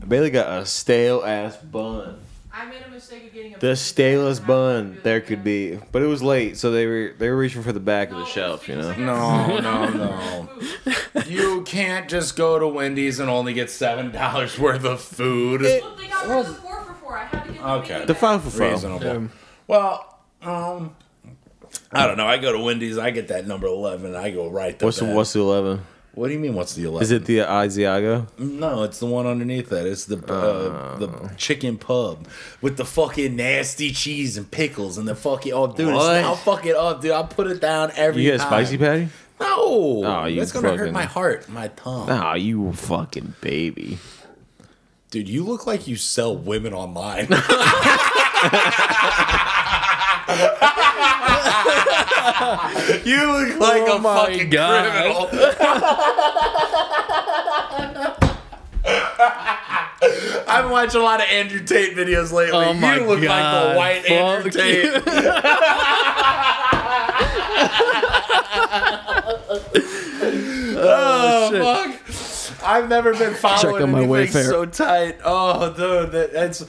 [SPEAKER 3] Bailey got a stale ass bun.
[SPEAKER 4] I made a mistake of getting a
[SPEAKER 3] The stalest bun there could be, but it was late, so they were they were reaching for the back of the shelf, you know.
[SPEAKER 2] No, no, no. you can't just go to Wendy's and only get seven dollars worth of food.
[SPEAKER 4] Look, they got rid of the four for four. I had to get the
[SPEAKER 2] Okay.
[SPEAKER 4] menu
[SPEAKER 3] The
[SPEAKER 4] back.
[SPEAKER 3] five for five.
[SPEAKER 2] Reasonable. Well, um, I don't know. I go to Wendy's. I get that number eleven. I go right to
[SPEAKER 3] What's the
[SPEAKER 2] bed.
[SPEAKER 3] what's the eleven?
[SPEAKER 2] What do you mean? What's the eleven?
[SPEAKER 3] Is it the uh, Asiago?
[SPEAKER 2] No, it's the one underneath that. It's the uh,
[SPEAKER 3] Oh.
[SPEAKER 2] the chicken pub with the fucking nasty cheese and pickles and the fucking oh dude, it's
[SPEAKER 3] What?
[SPEAKER 2] now fucking up, dude. I put it down every.
[SPEAKER 3] You get a
[SPEAKER 2] time.
[SPEAKER 3] spicy patty?
[SPEAKER 2] No,
[SPEAKER 3] Oh, you
[SPEAKER 2] that's gonna hurt
[SPEAKER 3] fucking-
[SPEAKER 2] my heart, my tongue.
[SPEAKER 3] Nah, you fucking baby.
[SPEAKER 2] Dude, you look like you sell women online. you look like
[SPEAKER 1] Oh
[SPEAKER 2] a
[SPEAKER 1] my
[SPEAKER 2] fucking
[SPEAKER 1] God.
[SPEAKER 2] criminal. I've watched a lot of Andrew Tate videos lately.
[SPEAKER 1] Oh my
[SPEAKER 2] you look like
[SPEAKER 1] God.
[SPEAKER 2] the white Andrew
[SPEAKER 1] Fuck you.
[SPEAKER 2] Tate.
[SPEAKER 1] Oh, shit.
[SPEAKER 2] fuck. I've never been following
[SPEAKER 1] Check on my
[SPEAKER 2] anything
[SPEAKER 1] Wayfair.
[SPEAKER 2] so tight. Oh, dude, that, that's.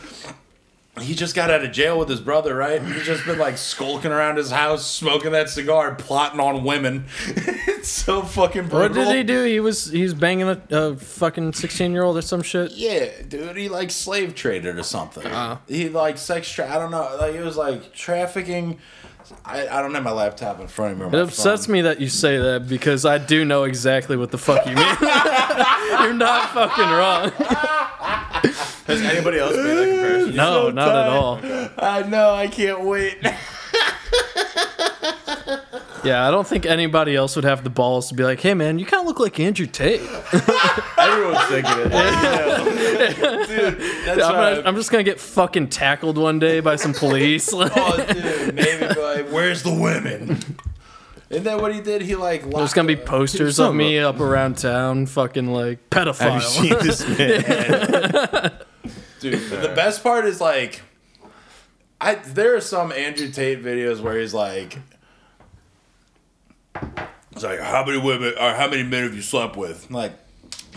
[SPEAKER 2] He just got out of jail with his brother, right? He's just been like skulking around his house, smoking that cigar, plotting on women. it's so fucking brutal.
[SPEAKER 1] What did he do? He was he's banging a, a fucking sixteen year old or some shit.
[SPEAKER 2] Yeah, dude, he like slave traded or something.
[SPEAKER 1] Uh-huh.
[SPEAKER 2] He like sex tra I don't know. Like it was like trafficking. I, I don't have my laptop in front of me. or my
[SPEAKER 1] It upsets
[SPEAKER 2] phone.
[SPEAKER 1] me that you say that because I do know exactly what the fuck you mean. You're not fucking wrong.
[SPEAKER 3] Has anybody else made that comparison?
[SPEAKER 1] No,
[SPEAKER 2] So
[SPEAKER 1] not at
[SPEAKER 2] tight.
[SPEAKER 1] all.
[SPEAKER 2] I know. I can't wait.
[SPEAKER 1] Yeah, I don't think anybody else would have the balls to be like, "Hey, man, you kind of look like Andrew Tate."
[SPEAKER 3] Everyone's thinking it.
[SPEAKER 2] That's
[SPEAKER 1] I'm,
[SPEAKER 2] right.
[SPEAKER 1] gonna- I'm just gonna get fucking tackled one day by some police.
[SPEAKER 2] Oh, dude, maybe be like, where's the women? Isn't that what he did? He like locked
[SPEAKER 1] There's gonna be
[SPEAKER 2] up-
[SPEAKER 1] posters
[SPEAKER 3] Son
[SPEAKER 1] of
[SPEAKER 3] of
[SPEAKER 1] me up around town, fucking like pedophile.
[SPEAKER 3] Have you seen this man?
[SPEAKER 2] dude. The best part is like, I there are some Andrew Tate videos where he's like, it's like how many women or how many men have you slept with? I'm like.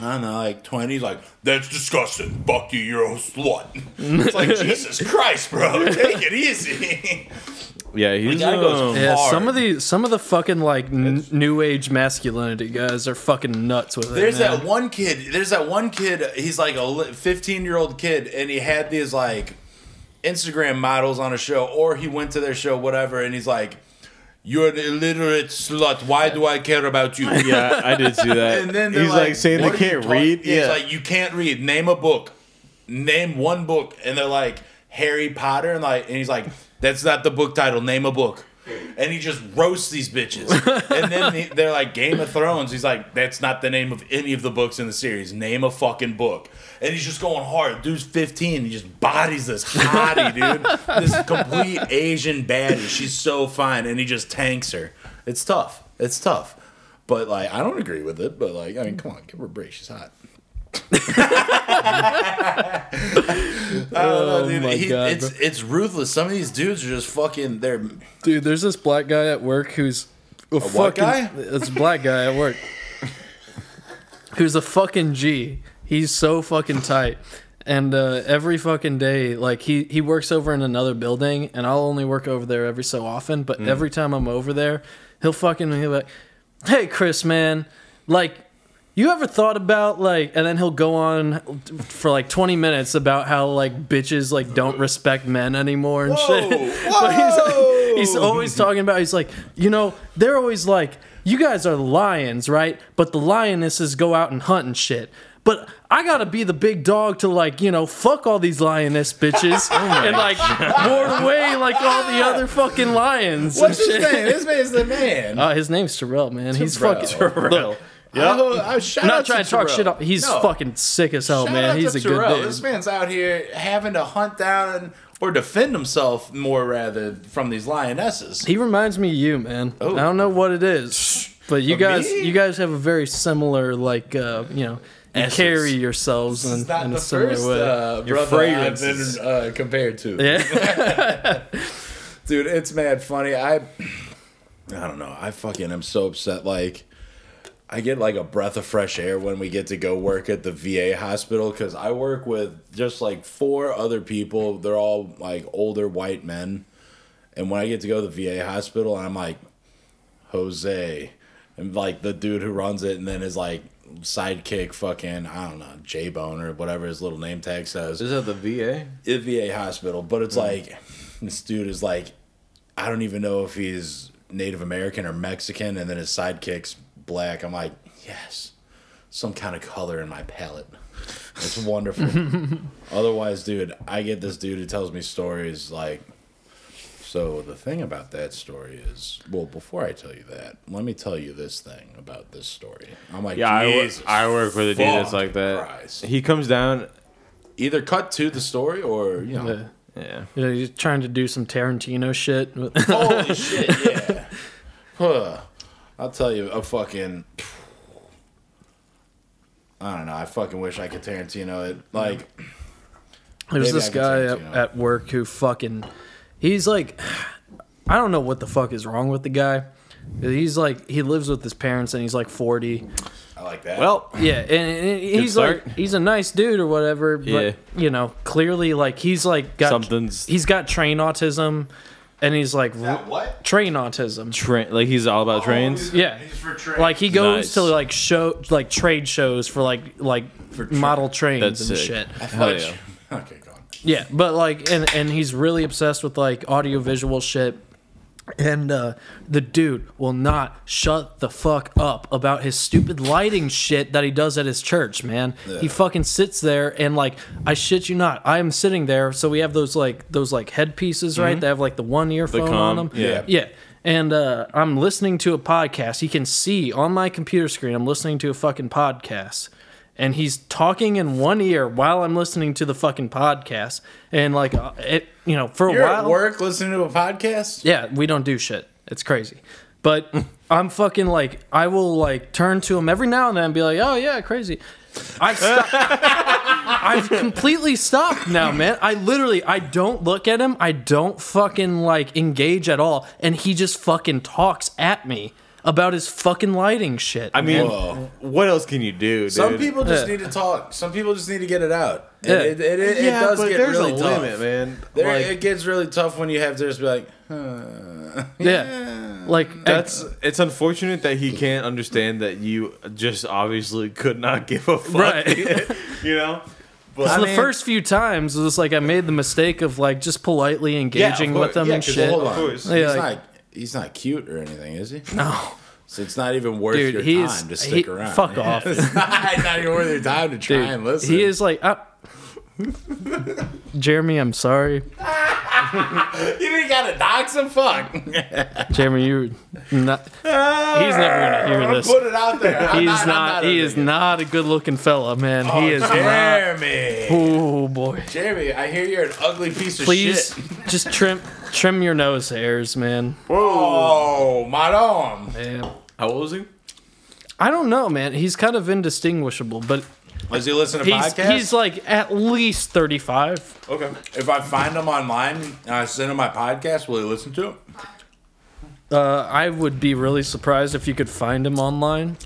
[SPEAKER 2] I don't know, like twenty. Like that's disgusting. Fuck you, you're a slut. It's like Jesus Christ, bro. Take it easy.
[SPEAKER 3] yeah, he's
[SPEAKER 2] guy goes
[SPEAKER 3] um,
[SPEAKER 1] yeah,
[SPEAKER 2] hard.
[SPEAKER 1] some of the some of the fucking like n- new age masculinity guys are fucking nuts with it.
[SPEAKER 2] There's
[SPEAKER 1] man.
[SPEAKER 2] that one kid. There's that one kid. He's like a 15 year old kid, and he had these like Instagram models on a show, or he went to their show, whatever, and he's like, "You're an illiterate slut. Why do I care about you?"
[SPEAKER 3] Yeah, I did see that.
[SPEAKER 2] And then they're
[SPEAKER 3] he's like, saying they
[SPEAKER 2] "What are you
[SPEAKER 3] can't
[SPEAKER 2] talking-"
[SPEAKER 3] read.
[SPEAKER 2] He's
[SPEAKER 3] Yeah,
[SPEAKER 2] like, "You can't read. Name a book. Name one book." And they're like, "Harry Potter," and like, and he's like, "That's not the book title. Name a book." And he just roasts these bitches. And then the- they're like Game of Thrones. He's like, that's not the name of any of the books in the series. Name a fucking book. And he's just going hard. Dude's 15. He just bodies this hottie, dude. This complete Asian baddie. She's so fine. And he just tanks her. It's tough. It's tough. But like, I don't agree with it. But like, I mean, come on, give her a break. She's hot. I don't know, dude.
[SPEAKER 1] my
[SPEAKER 2] He-
[SPEAKER 1] God,
[SPEAKER 2] it's it's ruthless. Some of these dudes are just fucking. They're
[SPEAKER 1] Dude, there's this black guy at work who's a, fucking
[SPEAKER 2] guy?
[SPEAKER 1] It's a black guy at work who's a fucking G. He's so fucking tight. And uh, every fucking day, like he he works over in another building, and I'll only work over there every so often. But every time I'm over there, he'll fucking he'll be like, "Hey, Chris, man, like." You ever thought about like, and then he'll go on for like twenty minutes about how like bitches like don't respect men anymore and shit. But he's, he's always talking about he's like you know they're always like you guys are the lions right but the lionesses go out and hunt and shit But I gotta be the big dog to like, you know, fuck all these lioness bitches
[SPEAKER 2] Oh
[SPEAKER 1] and like ward away like all the other fucking lions. and
[SPEAKER 2] What's his
[SPEAKER 1] shit.
[SPEAKER 2] name? This man's the man.
[SPEAKER 1] Uh, his name's Terrell, man. He's
[SPEAKER 2] Terrell.
[SPEAKER 1] fucking Terrell.
[SPEAKER 2] I, I, Oh, shout
[SPEAKER 1] I'm
[SPEAKER 2] out
[SPEAKER 1] not trying to talk
[SPEAKER 2] Terrell.
[SPEAKER 1] shit up. He's
[SPEAKER 2] No.
[SPEAKER 1] fucking sick as hell,
[SPEAKER 2] Shout out
[SPEAKER 1] man.
[SPEAKER 2] to
[SPEAKER 1] He's a
[SPEAKER 2] Terrell.
[SPEAKER 1] good
[SPEAKER 2] This
[SPEAKER 1] dude.
[SPEAKER 2] man's out here having to hunt down and, or defend himself more rather from these lionesses.
[SPEAKER 1] He reminds me of you, man.
[SPEAKER 2] Oh.
[SPEAKER 1] I don't know what it is, but you
[SPEAKER 2] Of
[SPEAKER 1] guys,
[SPEAKER 2] me?
[SPEAKER 1] you guys have a very similar, like, uh, you know, you
[SPEAKER 2] Essence.
[SPEAKER 1] carry yourselves
[SPEAKER 2] This is
[SPEAKER 1] in,
[SPEAKER 2] not
[SPEAKER 1] in
[SPEAKER 2] the
[SPEAKER 1] a similar
[SPEAKER 2] first
[SPEAKER 1] way.
[SPEAKER 2] uh,
[SPEAKER 1] Your
[SPEAKER 2] brother I've
[SPEAKER 1] fragrances.
[SPEAKER 2] been uh, compared to.
[SPEAKER 1] yeah,
[SPEAKER 2] Dude, it's mad funny. I I don't know. I fucking am so upset. Like I get like a breath of fresh air when we get to go work at the VA hospital because I work with just like four other people. They're all like older white men. And when I get to go to the VA hospital, I'm like, Jose. And like the dude who runs it and then his like sidekick fucking, I don't know, J Bone or whatever his little name tag says
[SPEAKER 3] Is that the VA?
[SPEAKER 2] at VA hospital, but it's
[SPEAKER 3] Mm-hmm.
[SPEAKER 2] like this dude is like, I don't even know if he's Native American or Mexican, and then his sidekick's black. I'm like, yes, some kind of color in my palette. It's wonderful. Otherwise, dude, I get this dude who tells me stories like. So the thing about that story is, well, before I tell you that, let me tell you this thing about this story. I'm like,
[SPEAKER 3] Yeah, I, wo-
[SPEAKER 2] Jesus
[SPEAKER 3] I work with a dude that's
[SPEAKER 2] fuck
[SPEAKER 3] like that.
[SPEAKER 2] Christ.
[SPEAKER 3] He comes down.
[SPEAKER 2] Either cut to the story or you know,
[SPEAKER 1] yeah.
[SPEAKER 3] Yeah.
[SPEAKER 1] You know, he's trying to do some Tarantino shit.
[SPEAKER 2] Holy shit, yeah. Huh. I'll tell you, a fucking. I don't know. I fucking wish I could Tarantino it. Like,
[SPEAKER 1] There's
[SPEAKER 2] Maybe
[SPEAKER 1] this
[SPEAKER 2] I can
[SPEAKER 1] guy
[SPEAKER 2] say
[SPEAKER 1] at,
[SPEAKER 2] Tarantino.
[SPEAKER 1] at work who fucking, he's like, I don't know what the fuck is wrong with the guy. He's like, he lives with his parents and he's like 40.
[SPEAKER 2] I like that.
[SPEAKER 3] Well,
[SPEAKER 1] Yeah, and, and he's
[SPEAKER 3] start.
[SPEAKER 1] like, he's a nice dude or whatever. But
[SPEAKER 3] Yeah.
[SPEAKER 1] you know, clearly, like he's like got
[SPEAKER 3] Something's-
[SPEAKER 1] He's got train autism, and he's like r-
[SPEAKER 2] what?
[SPEAKER 1] train autism.
[SPEAKER 3] train. Like he's all about trains.
[SPEAKER 1] Yeah.
[SPEAKER 2] He's for trains.
[SPEAKER 1] Like he goes
[SPEAKER 3] Nice.
[SPEAKER 1] to like show like trade shows for like like model trains
[SPEAKER 3] That's
[SPEAKER 1] and
[SPEAKER 3] sick.
[SPEAKER 1] shit.
[SPEAKER 3] Hell yeah.
[SPEAKER 2] Okay, go on.
[SPEAKER 1] Yeah, but like, and and he's really obsessed with like audio visual shit. And uh, the dude will not shut the fuck up about his stupid lighting shit that he does at his church, man. He fucking sits there and like, I shit you not, I am sitting there. So we have those like those like headpieces, right? They have like the one earphone on
[SPEAKER 3] comm,
[SPEAKER 1] them.
[SPEAKER 3] yeah.
[SPEAKER 1] yeah. And uh, I'm listening to a podcast. He can see on my computer screen. I'm listening to a fucking podcast and he's talking in one ear while I'm listening to the fucking podcast. And like uh, it, you know, for a
[SPEAKER 2] You're
[SPEAKER 1] while,
[SPEAKER 2] at work listening to a podcast?
[SPEAKER 1] yeah, we don't do shit. It's crazy. But I'm fucking like, I will like turn to him every now and then and be like, oh yeah, crazy. I've stopped. I've completely stopped now, man. I literally, I don't look at him. I don't fucking like engage at all. And he just fucking talks at me about his fucking lighting shit.
[SPEAKER 3] I mean,
[SPEAKER 2] Whoa.
[SPEAKER 3] what else can you do? Dude?
[SPEAKER 2] Some people just
[SPEAKER 1] Yeah.
[SPEAKER 2] need to talk. Some people just need to get it out. It,
[SPEAKER 1] Yeah.
[SPEAKER 2] it, it, it, it
[SPEAKER 3] yeah,
[SPEAKER 2] does
[SPEAKER 3] but
[SPEAKER 2] get
[SPEAKER 3] there's
[SPEAKER 2] really
[SPEAKER 3] a
[SPEAKER 2] tough.
[SPEAKER 3] limit, man.
[SPEAKER 2] There,
[SPEAKER 3] like,
[SPEAKER 2] it gets really tough when you have to just be like, huh.
[SPEAKER 1] yeah. Like,
[SPEAKER 3] that's it's unfortunate that he can't understand that you just obviously could not give a fuck.
[SPEAKER 1] Right.
[SPEAKER 3] you know.
[SPEAKER 1] So
[SPEAKER 3] But
[SPEAKER 1] the first few times it was like I made the mistake of like just politely engaging with them and shit.
[SPEAKER 2] hold
[SPEAKER 3] Of
[SPEAKER 2] on.
[SPEAKER 3] course.
[SPEAKER 1] Yeah,
[SPEAKER 2] he's
[SPEAKER 1] like-
[SPEAKER 2] not. He's not cute or anything, is he?
[SPEAKER 1] No,
[SPEAKER 2] So it's not even worth
[SPEAKER 1] Dude,
[SPEAKER 2] your
[SPEAKER 1] he is-
[SPEAKER 2] time to stick
[SPEAKER 1] he-
[SPEAKER 2] around.
[SPEAKER 1] fuck off.
[SPEAKER 2] It's not, not even worth your time to try
[SPEAKER 1] dude,
[SPEAKER 2] and listen.
[SPEAKER 1] he is like, uh, Jeremy, I'm sorry,
[SPEAKER 2] You didn't gotta dox him. Fuck.
[SPEAKER 1] Jeremy, you, not, he's never gonna hear this.
[SPEAKER 2] Put it out there. I'm
[SPEAKER 1] He's
[SPEAKER 2] I'm
[SPEAKER 1] not, he
[SPEAKER 2] a
[SPEAKER 1] is
[SPEAKER 2] bigot.
[SPEAKER 1] not a good looking fella, man. he is not.
[SPEAKER 2] Oh, Jeremy.
[SPEAKER 1] Oh boy,
[SPEAKER 2] Jeremy, I hear you're an ugly piece of
[SPEAKER 1] please
[SPEAKER 2] shit.
[SPEAKER 1] just trim trim your nose hairs, man.
[SPEAKER 2] Oh, madame.
[SPEAKER 1] Yeah.
[SPEAKER 3] how old is he?
[SPEAKER 1] I don't know, man. He's kind of indistinguishable, but
[SPEAKER 2] Does he listen to
[SPEAKER 1] he's
[SPEAKER 2] podcasts?
[SPEAKER 1] he's like at least thirty five.
[SPEAKER 3] Okay.
[SPEAKER 2] if I find him online and I send him my podcast, will he listen to it?
[SPEAKER 1] Uh, I would be really surprised if you could find him online.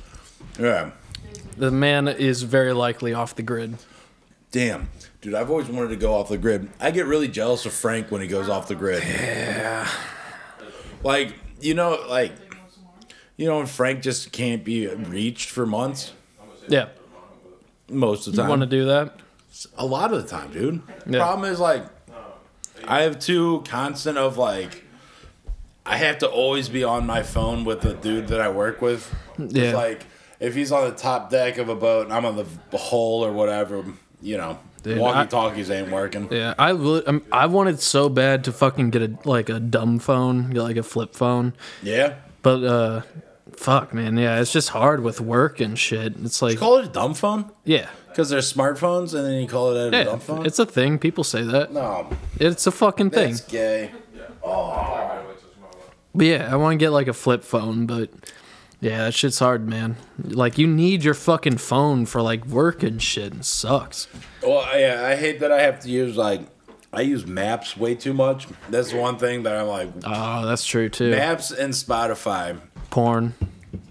[SPEAKER 2] Yeah.
[SPEAKER 1] The man is very likely off the grid.
[SPEAKER 2] Damn. Dude, I've always wanted to go off the grid. I get really jealous of Frank when he goes off the grid. Yeah. Like, you know, like, you know, when Frank just can't be reached for months
[SPEAKER 1] Yeah,
[SPEAKER 2] most of
[SPEAKER 1] you
[SPEAKER 2] the time.
[SPEAKER 1] want to do that?
[SPEAKER 2] a lot of the time, dude.
[SPEAKER 1] Yeah.
[SPEAKER 2] Problem is, like, I have two constant of, like, I have to always be on my phone with the dude that I work with. It's
[SPEAKER 1] Yeah.
[SPEAKER 2] like, if he's on the top deck of a boat and I'm on the hole or whatever, you know,
[SPEAKER 1] Dude,
[SPEAKER 2] walkie talkies ain't working.
[SPEAKER 1] Yeah, I li- I'm- I wanted so bad to fucking get a like a dumb phone, get, like a flip phone,
[SPEAKER 2] Yeah.
[SPEAKER 1] but uh, fuck, man, yeah, it's just hard with work and shit. It's like,
[SPEAKER 2] Call it a dumb phone
[SPEAKER 1] yeah,
[SPEAKER 2] because they're smartphones, and then you call it a
[SPEAKER 1] yeah,
[SPEAKER 2] dumb phone.
[SPEAKER 1] it's a thing. People say that
[SPEAKER 2] no,
[SPEAKER 1] it's a fucking thing.
[SPEAKER 2] that's gay.
[SPEAKER 1] But yeah, I want to get like a flip phone, but yeah, that shit's hard, man. Like you need your fucking phone for like work and shit. And it sucks.
[SPEAKER 2] Well, yeah, I hate that I have to use like I use Maps way too much. That's the one thing that I'm like
[SPEAKER 1] Oh, that's true too.
[SPEAKER 2] Maps and Spotify.
[SPEAKER 1] Porn.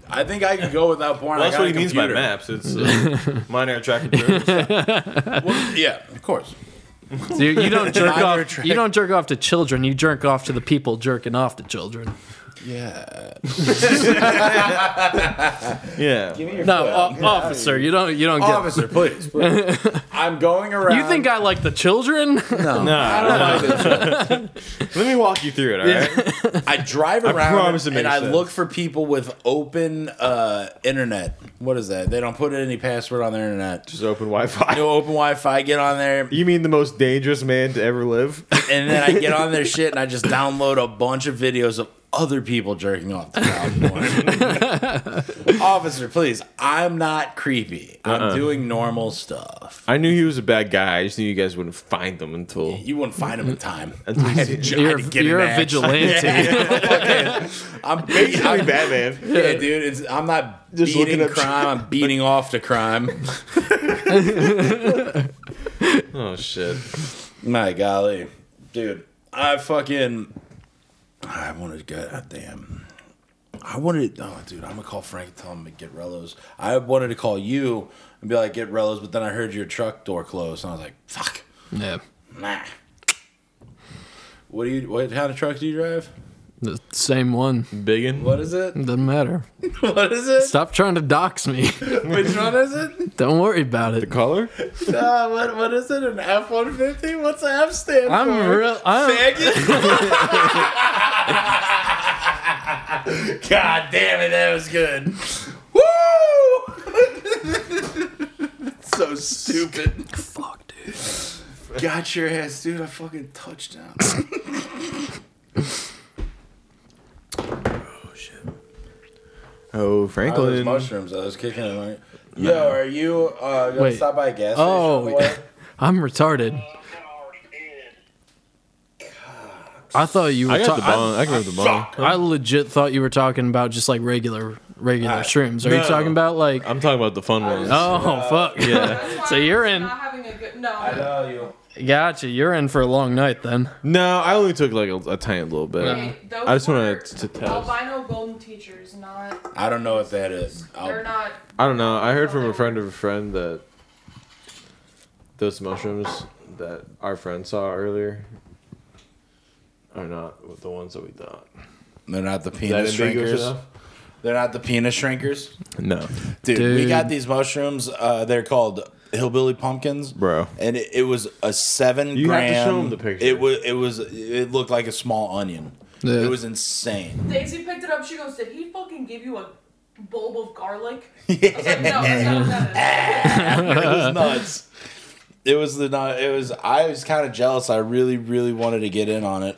[SPEAKER 2] I think I can go without porn. I
[SPEAKER 3] Well, that's
[SPEAKER 2] got
[SPEAKER 3] what
[SPEAKER 2] a
[SPEAKER 3] he means by
[SPEAKER 2] computer.
[SPEAKER 3] maps. It's uh, minor attractive. nerds.
[SPEAKER 2] Well, yeah, of course.
[SPEAKER 1] You, you don't jerk
[SPEAKER 2] Minor
[SPEAKER 1] off. You don't jerk off to children. You jerk off to the people jerking off to children.
[SPEAKER 2] Yeah.
[SPEAKER 3] Yeah.
[SPEAKER 1] No, o- officer, you don't. You don't get.
[SPEAKER 2] Officer, um, please. please. I'm going around.
[SPEAKER 1] You think I like the children?
[SPEAKER 3] Nah.
[SPEAKER 2] I don't like this.
[SPEAKER 3] Let me walk you through it. All right.
[SPEAKER 2] I drive around
[SPEAKER 3] promise it
[SPEAKER 2] and
[SPEAKER 3] makes
[SPEAKER 2] I
[SPEAKER 3] sense.
[SPEAKER 2] look for people with open uh, internet. What is that? They don't put any password on their internet. Just
[SPEAKER 3] Just open Wi-Fi.
[SPEAKER 2] no open Wi-Fi. Get on there,
[SPEAKER 3] You mean the most dangerous man to ever live?
[SPEAKER 2] and then I get on their shit and I just download a bunch of videos of other people jerking off. To child porn. Officer, please. I'm not creepy.
[SPEAKER 1] Uh-uh.
[SPEAKER 2] I'm doing normal stuff.
[SPEAKER 3] I knew he was a bad guy. I just knew you guys wouldn't find them until.
[SPEAKER 2] You wouldn't find him in time.
[SPEAKER 3] until you see-
[SPEAKER 2] J- I
[SPEAKER 1] You're,
[SPEAKER 2] had to get
[SPEAKER 1] you're
[SPEAKER 2] an
[SPEAKER 1] a
[SPEAKER 2] axe.
[SPEAKER 1] vigilante.
[SPEAKER 2] I'm, beating,
[SPEAKER 3] He's
[SPEAKER 2] I'm,
[SPEAKER 3] like Batman.
[SPEAKER 2] yeah, dude. It's, I'm not
[SPEAKER 3] Just looking
[SPEAKER 2] beating
[SPEAKER 3] up-
[SPEAKER 2] crime. I'm beating off to crime.
[SPEAKER 3] Oh shit.
[SPEAKER 2] My golly, dude, I fucking, I wanted to get, God damn, I wanted, oh, dude, I'm gonna call Frank and tell him to get Rellos. I wanted to call you and be like, get Rellos, but then I heard your truck door close, and I was like, fuck,
[SPEAKER 1] yeah,
[SPEAKER 2] nah. What do you, what kind of truck do you drive?
[SPEAKER 1] the same one.
[SPEAKER 3] Biggin.
[SPEAKER 2] What is it?
[SPEAKER 1] Doesn't matter.
[SPEAKER 2] What is it?
[SPEAKER 1] Stop trying to dox me.
[SPEAKER 2] Which one is it?
[SPEAKER 1] Don't worry about
[SPEAKER 3] The
[SPEAKER 1] it.
[SPEAKER 3] color?
[SPEAKER 2] Uh, what, what is it? An F 150? What's the F stand
[SPEAKER 1] I'm
[SPEAKER 2] for?
[SPEAKER 1] real. I'm,
[SPEAKER 2] Faggot? God damn it, that was good. Woo! so stupid.
[SPEAKER 1] fuck, dude.
[SPEAKER 2] Got your ass, dude. I fucking touchdown.
[SPEAKER 3] Oh,
[SPEAKER 2] those
[SPEAKER 3] Franklin.
[SPEAKER 2] mushrooms. I was kicking them. Right? Yo, are you uh, gonna
[SPEAKER 1] Wait.
[SPEAKER 2] stop by a gas station?
[SPEAKER 1] Oh.
[SPEAKER 2] or what?
[SPEAKER 1] I'm retarded. I thought you were
[SPEAKER 3] I got the
[SPEAKER 1] talking. I,
[SPEAKER 3] bong. I can have the bong.
[SPEAKER 1] I legit thought you were talking about just like regular regular shrooms. Are you
[SPEAKER 3] Uh, no.
[SPEAKER 1] talking about like?
[SPEAKER 3] I'm talking about the fun ones.
[SPEAKER 1] oh fuck.
[SPEAKER 3] Yeah.
[SPEAKER 4] That's why
[SPEAKER 1] So you're
[SPEAKER 4] I'm
[SPEAKER 1] in.
[SPEAKER 4] Not having a good. No.
[SPEAKER 2] I love you.
[SPEAKER 1] Gotcha. You're in for a long night then.
[SPEAKER 3] No, I only took like a, a tiny little bit.
[SPEAKER 4] Okay, those
[SPEAKER 3] I just
[SPEAKER 4] were
[SPEAKER 3] wanted to test.
[SPEAKER 4] Albino golden teachers, not.
[SPEAKER 2] I don't know what that is.
[SPEAKER 4] They're
[SPEAKER 2] I'll,
[SPEAKER 4] not.
[SPEAKER 3] I don't know. I heard from a friend of a friend that those mushrooms that our friend saw earlier are not the ones that we thought.
[SPEAKER 2] they're not the
[SPEAKER 3] Is that
[SPEAKER 2] penis
[SPEAKER 3] ambiguous
[SPEAKER 2] shrinkers.
[SPEAKER 3] enough?
[SPEAKER 2] They're not the penis shrinkers.
[SPEAKER 3] No,
[SPEAKER 2] Dude, we
[SPEAKER 1] Dude.
[SPEAKER 2] got these mushrooms. Uh, they're called hillbilly pumpkins,
[SPEAKER 3] Bro.
[SPEAKER 2] And it, it was a seven
[SPEAKER 3] You have to
[SPEAKER 2] gram.
[SPEAKER 3] show 'em the picture.
[SPEAKER 2] It was. It was. It looked like a small onion.
[SPEAKER 1] Yeah.
[SPEAKER 2] It was insane.
[SPEAKER 4] Daisy picked it up. She goes, "Did he fucking give you a bulb of garlic?" I was like, "No, that's not what that
[SPEAKER 2] it was nuts. It was the. nu- It was. I was kind of jealous. I really, really wanted to get in on it.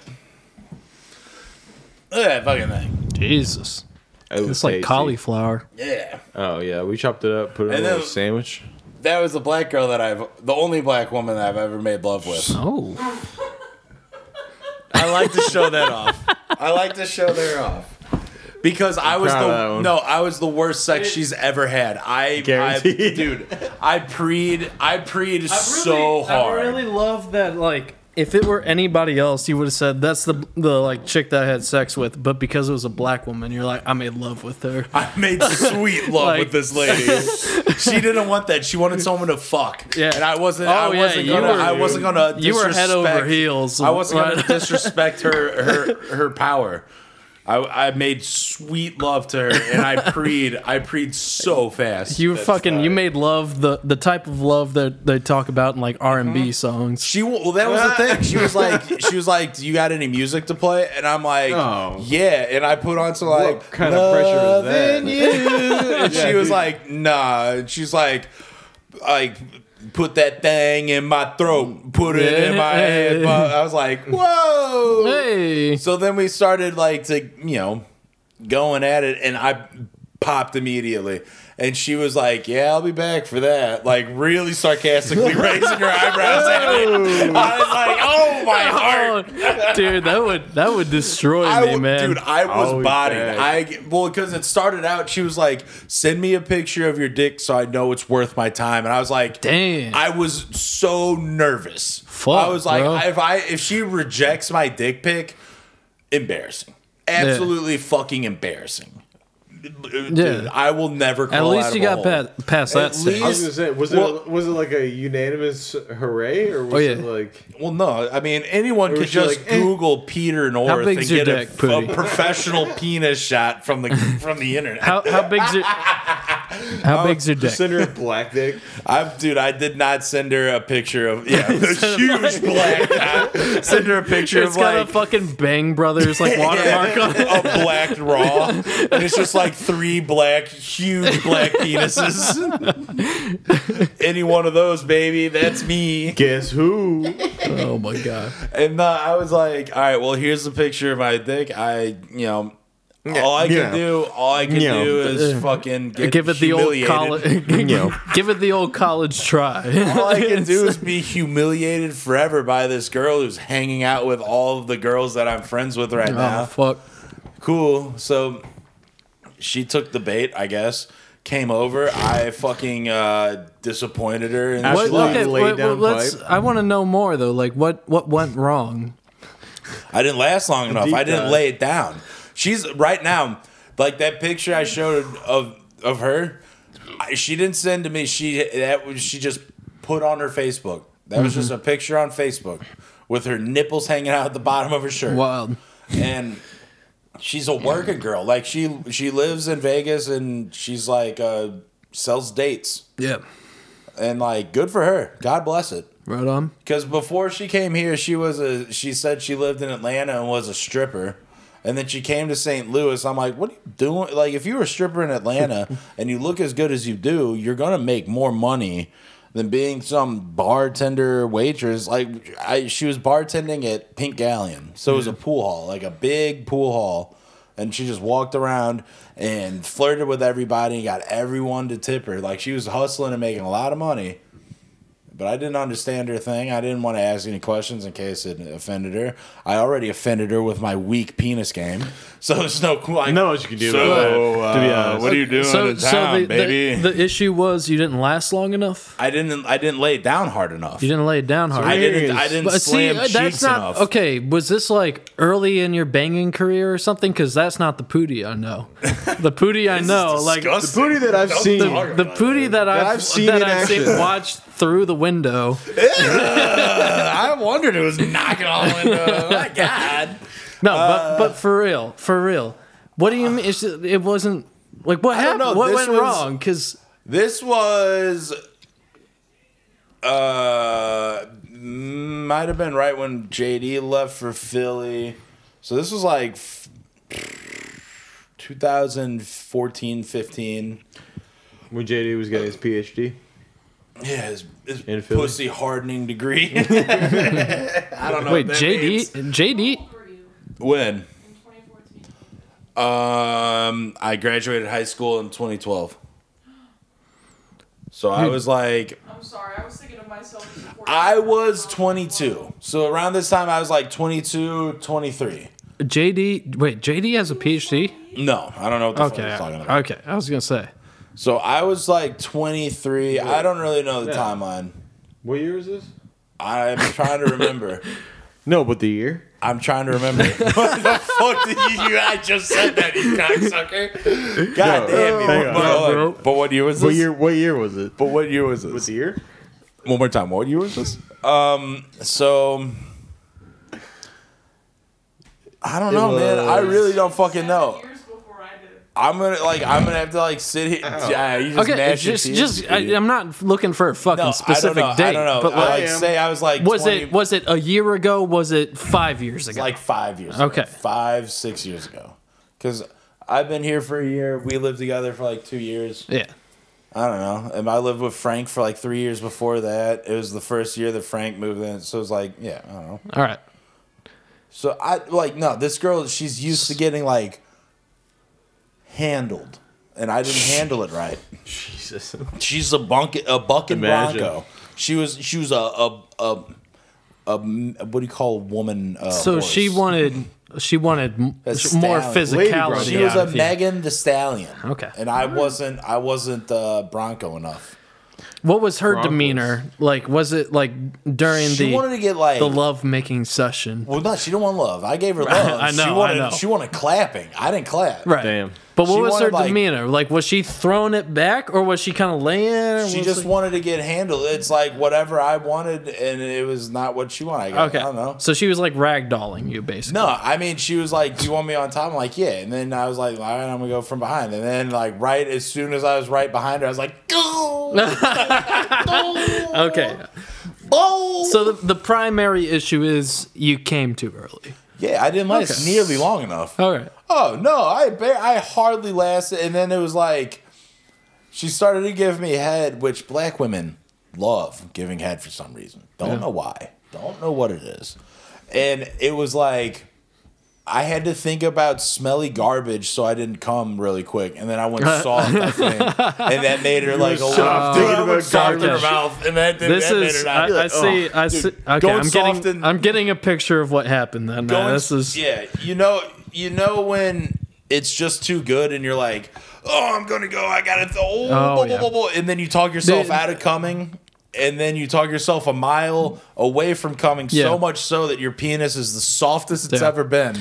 [SPEAKER 2] Look at that fucking thing.
[SPEAKER 1] Jesus.
[SPEAKER 3] It was
[SPEAKER 1] It's like
[SPEAKER 3] tasty.
[SPEAKER 1] cauliflower.
[SPEAKER 2] Yeah.
[SPEAKER 3] Oh yeah, we chopped it up, put it in
[SPEAKER 2] And
[SPEAKER 3] a little
[SPEAKER 2] then-
[SPEAKER 3] sandwich.
[SPEAKER 2] That was the black girl that I've. The only black woman that I've ever made love with.
[SPEAKER 1] Oh.
[SPEAKER 2] I like to show that off. I like to show that off. Because I was
[SPEAKER 3] proud of that
[SPEAKER 2] the
[SPEAKER 3] one.
[SPEAKER 2] no, I was the worst sex she's ever had. I, I
[SPEAKER 3] Guaranteed.
[SPEAKER 2] dude, I preed, I preed so hard.
[SPEAKER 1] I really love that. Like, if it were anybody else, you would have said that's the the like chick that I had sex with. But because it was a black woman, you're like, I made love with her.
[SPEAKER 2] I made sweet love
[SPEAKER 1] Like-
[SPEAKER 2] with this lady. she didn't want that. She wanted someone to fuck.
[SPEAKER 1] Yeah.
[SPEAKER 2] and I wasn't.
[SPEAKER 1] Oh,
[SPEAKER 2] I
[SPEAKER 1] yeah,
[SPEAKER 2] wasn't
[SPEAKER 1] you
[SPEAKER 2] gonna.
[SPEAKER 1] were-
[SPEAKER 2] I wasn't gonna. Disrespect,
[SPEAKER 1] you were head over heels.
[SPEAKER 2] I wasn't gonna
[SPEAKER 1] Right.
[SPEAKER 2] disrespect her her her power. I, I made sweet love to her and I preed. I preed so fast.
[SPEAKER 1] You
[SPEAKER 3] That's
[SPEAKER 1] fucking you
[SPEAKER 3] not-
[SPEAKER 1] made love the the type of love that they talk about in like R and
[SPEAKER 2] Uh-huh.
[SPEAKER 1] B songs.
[SPEAKER 2] She well, that was the thing. She was like, she was like, "Do you got any music to play?" And I'm like,
[SPEAKER 3] Oh.
[SPEAKER 2] "Yeah." And I put on to like,
[SPEAKER 3] What kind of pressure is that?
[SPEAKER 2] "Loving you." and
[SPEAKER 3] Yeah,
[SPEAKER 2] she was
[SPEAKER 3] dude.
[SPEAKER 2] like, "Nah." And she's like, "Like, put that thing in my throat, put it in my head." But I was like, "Whoa!"
[SPEAKER 1] Hey,
[SPEAKER 2] So then we started like to you know going at it, and I popped immediately. And she was like, "Yeah, I'll be back for that." Like really sarcastically raising her eyebrows at me. I was like, "Oh my
[SPEAKER 1] Oh,
[SPEAKER 2] heart!"
[SPEAKER 1] dude, that would that would destroy
[SPEAKER 2] I,
[SPEAKER 1] me,
[SPEAKER 2] w-
[SPEAKER 1] man.
[SPEAKER 2] dude, I was
[SPEAKER 3] I'll be
[SPEAKER 2] bodied.
[SPEAKER 3] back.
[SPEAKER 2] I well, because it started out, she was like, "Send me a picture of your dick so I know it's worth my time." And I was like,
[SPEAKER 1] Damn.
[SPEAKER 2] I was so nervous.
[SPEAKER 1] Fuck,
[SPEAKER 2] I was like,
[SPEAKER 1] bro.
[SPEAKER 2] if I if she rejects my dick pic, embarrassing. Absolutely fucking embarrassing. Dude,
[SPEAKER 1] Yeah.
[SPEAKER 2] I will never.
[SPEAKER 1] At
[SPEAKER 2] Crawl out
[SPEAKER 1] least you
[SPEAKER 2] of a
[SPEAKER 1] got
[SPEAKER 2] hole.
[SPEAKER 1] past, past
[SPEAKER 2] At
[SPEAKER 1] that stage.
[SPEAKER 3] I was gonna say, was
[SPEAKER 2] Well-
[SPEAKER 3] it was it like a unanimous hooray or was
[SPEAKER 1] Oh, yeah.
[SPEAKER 3] it like
[SPEAKER 2] Well, no, I mean anyone could
[SPEAKER 3] she
[SPEAKER 2] just
[SPEAKER 3] like, eh.
[SPEAKER 2] Google Peter North and
[SPEAKER 1] big's your
[SPEAKER 2] get a,
[SPEAKER 1] dick,
[SPEAKER 2] a
[SPEAKER 1] Pooty?
[SPEAKER 2] professional penis shot from the from the internet.
[SPEAKER 1] How how big's your how big's your dick?
[SPEAKER 3] just send her a black dick?
[SPEAKER 2] I, dude, I did not send her a picture of yeah, a huge black. guy. Send her a picture
[SPEAKER 1] It's
[SPEAKER 2] of
[SPEAKER 1] got
[SPEAKER 2] like
[SPEAKER 1] a fucking Bang Brothers like watermark on it.
[SPEAKER 2] a black raw, and it's just like three black, huge black penises. Any one of those, baby, that's me.
[SPEAKER 3] Guess who?
[SPEAKER 1] Oh my god.
[SPEAKER 2] And uh, I was like, all right, well, here's the picture of my dick. I, you know. All I
[SPEAKER 3] Yeah.
[SPEAKER 2] can do, all I can
[SPEAKER 3] Yeah.
[SPEAKER 2] do is fucking get
[SPEAKER 1] Uh, Give it the old
[SPEAKER 2] humiliated.
[SPEAKER 1] college. Give it the old college try.
[SPEAKER 2] All I can do is be humiliated forever by this girl who's hanging out with all of the girls that I'm friends with right
[SPEAKER 1] Oh
[SPEAKER 2] now.
[SPEAKER 1] fuck.
[SPEAKER 2] Cool. So she took the bait, I guess. Came over. I fucking uh, disappointed her. And
[SPEAKER 3] What-
[SPEAKER 2] she left.
[SPEAKER 3] okay. laid down
[SPEAKER 1] let's.
[SPEAKER 3] pipe.
[SPEAKER 1] I want to know more though. Like what what went wrong?
[SPEAKER 2] I didn't last long enough.
[SPEAKER 3] deep
[SPEAKER 2] I didn't
[SPEAKER 3] dive.
[SPEAKER 2] lay it down. She's right now, like that picture I showed of of her. I, she didn't send to me. She that was she just put on her Facebook. That was
[SPEAKER 3] Mm-hmm.
[SPEAKER 2] just a picture on Facebook with her nipples hanging out at the bottom of her shirt.
[SPEAKER 1] Wild.
[SPEAKER 2] and she's a working girl. Like she she lives in Vegas and she's like uh, sells dates
[SPEAKER 1] Yeah.
[SPEAKER 2] and like good for her. God bless it.
[SPEAKER 1] Right on.
[SPEAKER 2] Because before she came here, she was a she said she lived in Atlanta and was a stripper. And then she came to St. Louis. I'm like, what are you doing? Like, if you were a stripper in Atlanta and you look as good as you do, you're gonna make more money than being some bartender or waitress. Like, I she was bartending at Pink Galleon, so it was a pool hall, like a big pool hall, and she just walked around and flirted with everybody and got everyone to tip her. Like, she was hustling and making a lot of money but I didn't understand her thing. I didn't want to ask any questions in case it offended her. I already offended her with my weak penis game, so there's no cool. I
[SPEAKER 3] I know what you can do.
[SPEAKER 2] So,
[SPEAKER 3] about it, to be
[SPEAKER 2] uh,
[SPEAKER 3] honest.
[SPEAKER 2] what are you doing
[SPEAKER 1] So
[SPEAKER 2] in
[SPEAKER 1] so
[SPEAKER 2] town,
[SPEAKER 1] the,
[SPEAKER 2] baby?
[SPEAKER 1] the the issue was you didn't last long enough.
[SPEAKER 2] I didn't. I didn't lay it down hard enough.
[SPEAKER 1] You didn't lay it down hard.
[SPEAKER 2] I didn't. I didn't
[SPEAKER 1] But see,
[SPEAKER 2] slam
[SPEAKER 1] uh,
[SPEAKER 2] cheeks
[SPEAKER 1] that's not
[SPEAKER 2] enough.
[SPEAKER 1] okay. Was this like early in your banging career or something? Because that's not the pooty I know. The pooty I know, like
[SPEAKER 3] the booty that I've seen.
[SPEAKER 1] the, the pooty that I've,
[SPEAKER 3] I've seen
[SPEAKER 1] that
[SPEAKER 3] in
[SPEAKER 1] I've seen
[SPEAKER 3] action.
[SPEAKER 1] watched through the window.
[SPEAKER 2] I wondered it was knocking all into. my God.
[SPEAKER 1] No, but
[SPEAKER 2] Uh,
[SPEAKER 1] but for real, for real. What do you mean? It's, it wasn't like what
[SPEAKER 2] don't
[SPEAKER 1] happened?
[SPEAKER 2] know.
[SPEAKER 1] What
[SPEAKER 2] This
[SPEAKER 1] went
[SPEAKER 2] was-
[SPEAKER 1] wrong? Because
[SPEAKER 2] This was. Uh, might have been right when JD left for Philly. So this was like f- 2014, 15.
[SPEAKER 3] When JD was getting his PhD.
[SPEAKER 2] Yeah, his, his
[SPEAKER 3] In Philly.
[SPEAKER 2] pussy hardening degree. I don't know.
[SPEAKER 1] wait,
[SPEAKER 2] what Oh, that
[SPEAKER 1] JD,
[SPEAKER 2] means.
[SPEAKER 1] JD,
[SPEAKER 4] How old were you
[SPEAKER 2] When?
[SPEAKER 4] in 2014?
[SPEAKER 2] Um, I graduated high school in 2012. So
[SPEAKER 3] Hmm.
[SPEAKER 2] I was like
[SPEAKER 4] I'm sorry, I was thinking of myself. as a 14.
[SPEAKER 2] I was 22. So around this time, I was like 22, 23.
[SPEAKER 1] JD, wait, JD has a PhD.
[SPEAKER 2] No, I don't know what the fuck
[SPEAKER 1] Okay,
[SPEAKER 2] he's talking about.
[SPEAKER 1] okay. I was gonna say
[SPEAKER 2] So I was like 23. I don't really know the
[SPEAKER 3] Yeah.
[SPEAKER 2] timeline.
[SPEAKER 3] What year is this?
[SPEAKER 2] I'm trying to remember.
[SPEAKER 3] No, but the year.
[SPEAKER 2] I'm trying to remember. what the fuck did you, you? I just said that, you cocksucker. God
[SPEAKER 3] No.
[SPEAKER 2] damn it.
[SPEAKER 3] Hang on.
[SPEAKER 2] But,
[SPEAKER 1] No, bro.
[SPEAKER 2] but what year was
[SPEAKER 3] What
[SPEAKER 2] this?
[SPEAKER 3] year? What year was it?
[SPEAKER 2] But what year was
[SPEAKER 3] What
[SPEAKER 2] this?
[SPEAKER 3] the year?
[SPEAKER 2] One more time. What year was this? Um. So. I don't
[SPEAKER 3] It
[SPEAKER 2] know, man. I
[SPEAKER 3] was-
[SPEAKER 2] really don't fucking know.
[SPEAKER 4] Years before I did.
[SPEAKER 2] I'm gonna like I'm gonna have to like sit here. Yeah, you just
[SPEAKER 1] Okay,
[SPEAKER 2] mash your
[SPEAKER 1] just
[SPEAKER 2] teeth,
[SPEAKER 1] just I,
[SPEAKER 2] idiot.
[SPEAKER 1] I'm not looking for a fucking
[SPEAKER 2] No,
[SPEAKER 1] specific
[SPEAKER 2] I don't know.
[SPEAKER 1] date,
[SPEAKER 2] I don't know.
[SPEAKER 1] but
[SPEAKER 2] I,
[SPEAKER 1] like,
[SPEAKER 2] like, say I was like
[SPEAKER 1] was
[SPEAKER 2] 20,
[SPEAKER 1] it was it a year ago? Was it five years ago?
[SPEAKER 2] like five years
[SPEAKER 1] Okay.
[SPEAKER 2] ago. Five, six years ago. Because I've been here for a year. We lived together for like two years.
[SPEAKER 1] yeah.
[SPEAKER 2] I don't know. And I lived with Frank for like three years before that. It was the first year that Frank moved in. So it's like, yeah, I don't know.
[SPEAKER 1] All right.
[SPEAKER 2] So I like, no, this girl, she's used to getting like handled. And I didn't handle it right.
[SPEAKER 3] Jesus.
[SPEAKER 2] She's a bunk a bucking
[SPEAKER 3] Imagine.
[SPEAKER 2] bronco. She was she was a a a, a m- what do you call a woman? Uh,
[SPEAKER 1] So
[SPEAKER 2] horse.
[SPEAKER 1] she wanted she wanted m-
[SPEAKER 2] A
[SPEAKER 1] more
[SPEAKER 2] stallion.
[SPEAKER 3] Lady Bronco.
[SPEAKER 1] physicality.
[SPEAKER 2] She was
[SPEAKER 1] out
[SPEAKER 2] a
[SPEAKER 1] of you.
[SPEAKER 2] Megan the Stallion.
[SPEAKER 1] Okay.
[SPEAKER 2] And I wasn't I wasn't uh, Bronco enough.
[SPEAKER 1] What was her
[SPEAKER 3] Broncos.
[SPEAKER 1] demeanor like? Was it like during
[SPEAKER 2] She
[SPEAKER 1] the
[SPEAKER 2] wanted to get like
[SPEAKER 1] the love making session?
[SPEAKER 2] Well, no, she didn't want love. I gave her love.
[SPEAKER 1] I know,
[SPEAKER 2] She
[SPEAKER 1] I
[SPEAKER 2] wanted
[SPEAKER 1] know.
[SPEAKER 2] she wanted clapping. I didn't clap.
[SPEAKER 1] Right.
[SPEAKER 3] Damn.
[SPEAKER 1] But what
[SPEAKER 2] She
[SPEAKER 1] was
[SPEAKER 2] wanted,
[SPEAKER 1] her
[SPEAKER 2] like-
[SPEAKER 1] demeanor? Like, was she throwing it back, or was she kind of laying? or
[SPEAKER 2] She
[SPEAKER 1] was
[SPEAKER 2] just
[SPEAKER 1] like-
[SPEAKER 2] wanted to get handled. It's like whatever I wanted, and it was not what she wanted. I, got,
[SPEAKER 1] okay.
[SPEAKER 2] I don't know.
[SPEAKER 1] So she was like ragdolling you, basically.
[SPEAKER 2] No, I mean she was like, "Do you want me on top?" I'm like, "Yeah." And then I was like, "All right, I'm gonna go from behind." And then like right as soon as I was right behind her, I was like, "Go!"
[SPEAKER 1] Okay.
[SPEAKER 2] Boom!
[SPEAKER 1] So the, the primary issue is you came too early.
[SPEAKER 2] yeah, I didn't last
[SPEAKER 1] Okay.
[SPEAKER 2] nearly long enough.
[SPEAKER 1] All right.
[SPEAKER 2] Oh no, I bar- I hardly lasted, and then it was like she started to give me head, which black women love giving head for some reason. Don't know why. Don't know what it is. And it was like I had to think about smelly garbage, so I didn't come really quick, and then I went soft, I think, and that made her like a
[SPEAKER 3] were soft
[SPEAKER 2] Dude,
[SPEAKER 3] thinking
[SPEAKER 2] I went
[SPEAKER 3] about
[SPEAKER 2] soft in her
[SPEAKER 1] garbage.
[SPEAKER 2] mouth, and that, did,
[SPEAKER 1] This
[SPEAKER 2] that made
[SPEAKER 1] is
[SPEAKER 2] her not. Oh,
[SPEAKER 1] I, I see. I see. Okay.
[SPEAKER 2] going
[SPEAKER 1] I'm getting.
[SPEAKER 2] soft and-
[SPEAKER 1] I'm getting a picture of what happened. Then man.
[SPEAKER 2] Going-
[SPEAKER 1] this is.
[SPEAKER 2] yeah you know you know when it's just too good and you're like oh i'm gonna go i gotta th- oh, blah,
[SPEAKER 1] yeah.
[SPEAKER 2] blah, blah, blah," and then you talk yourself
[SPEAKER 1] Dude.
[SPEAKER 2] out of coming and then you talk yourself a mile away from coming
[SPEAKER 1] Yeah.
[SPEAKER 2] so much so that your penis is the softest it's
[SPEAKER 1] Yeah.
[SPEAKER 2] ever been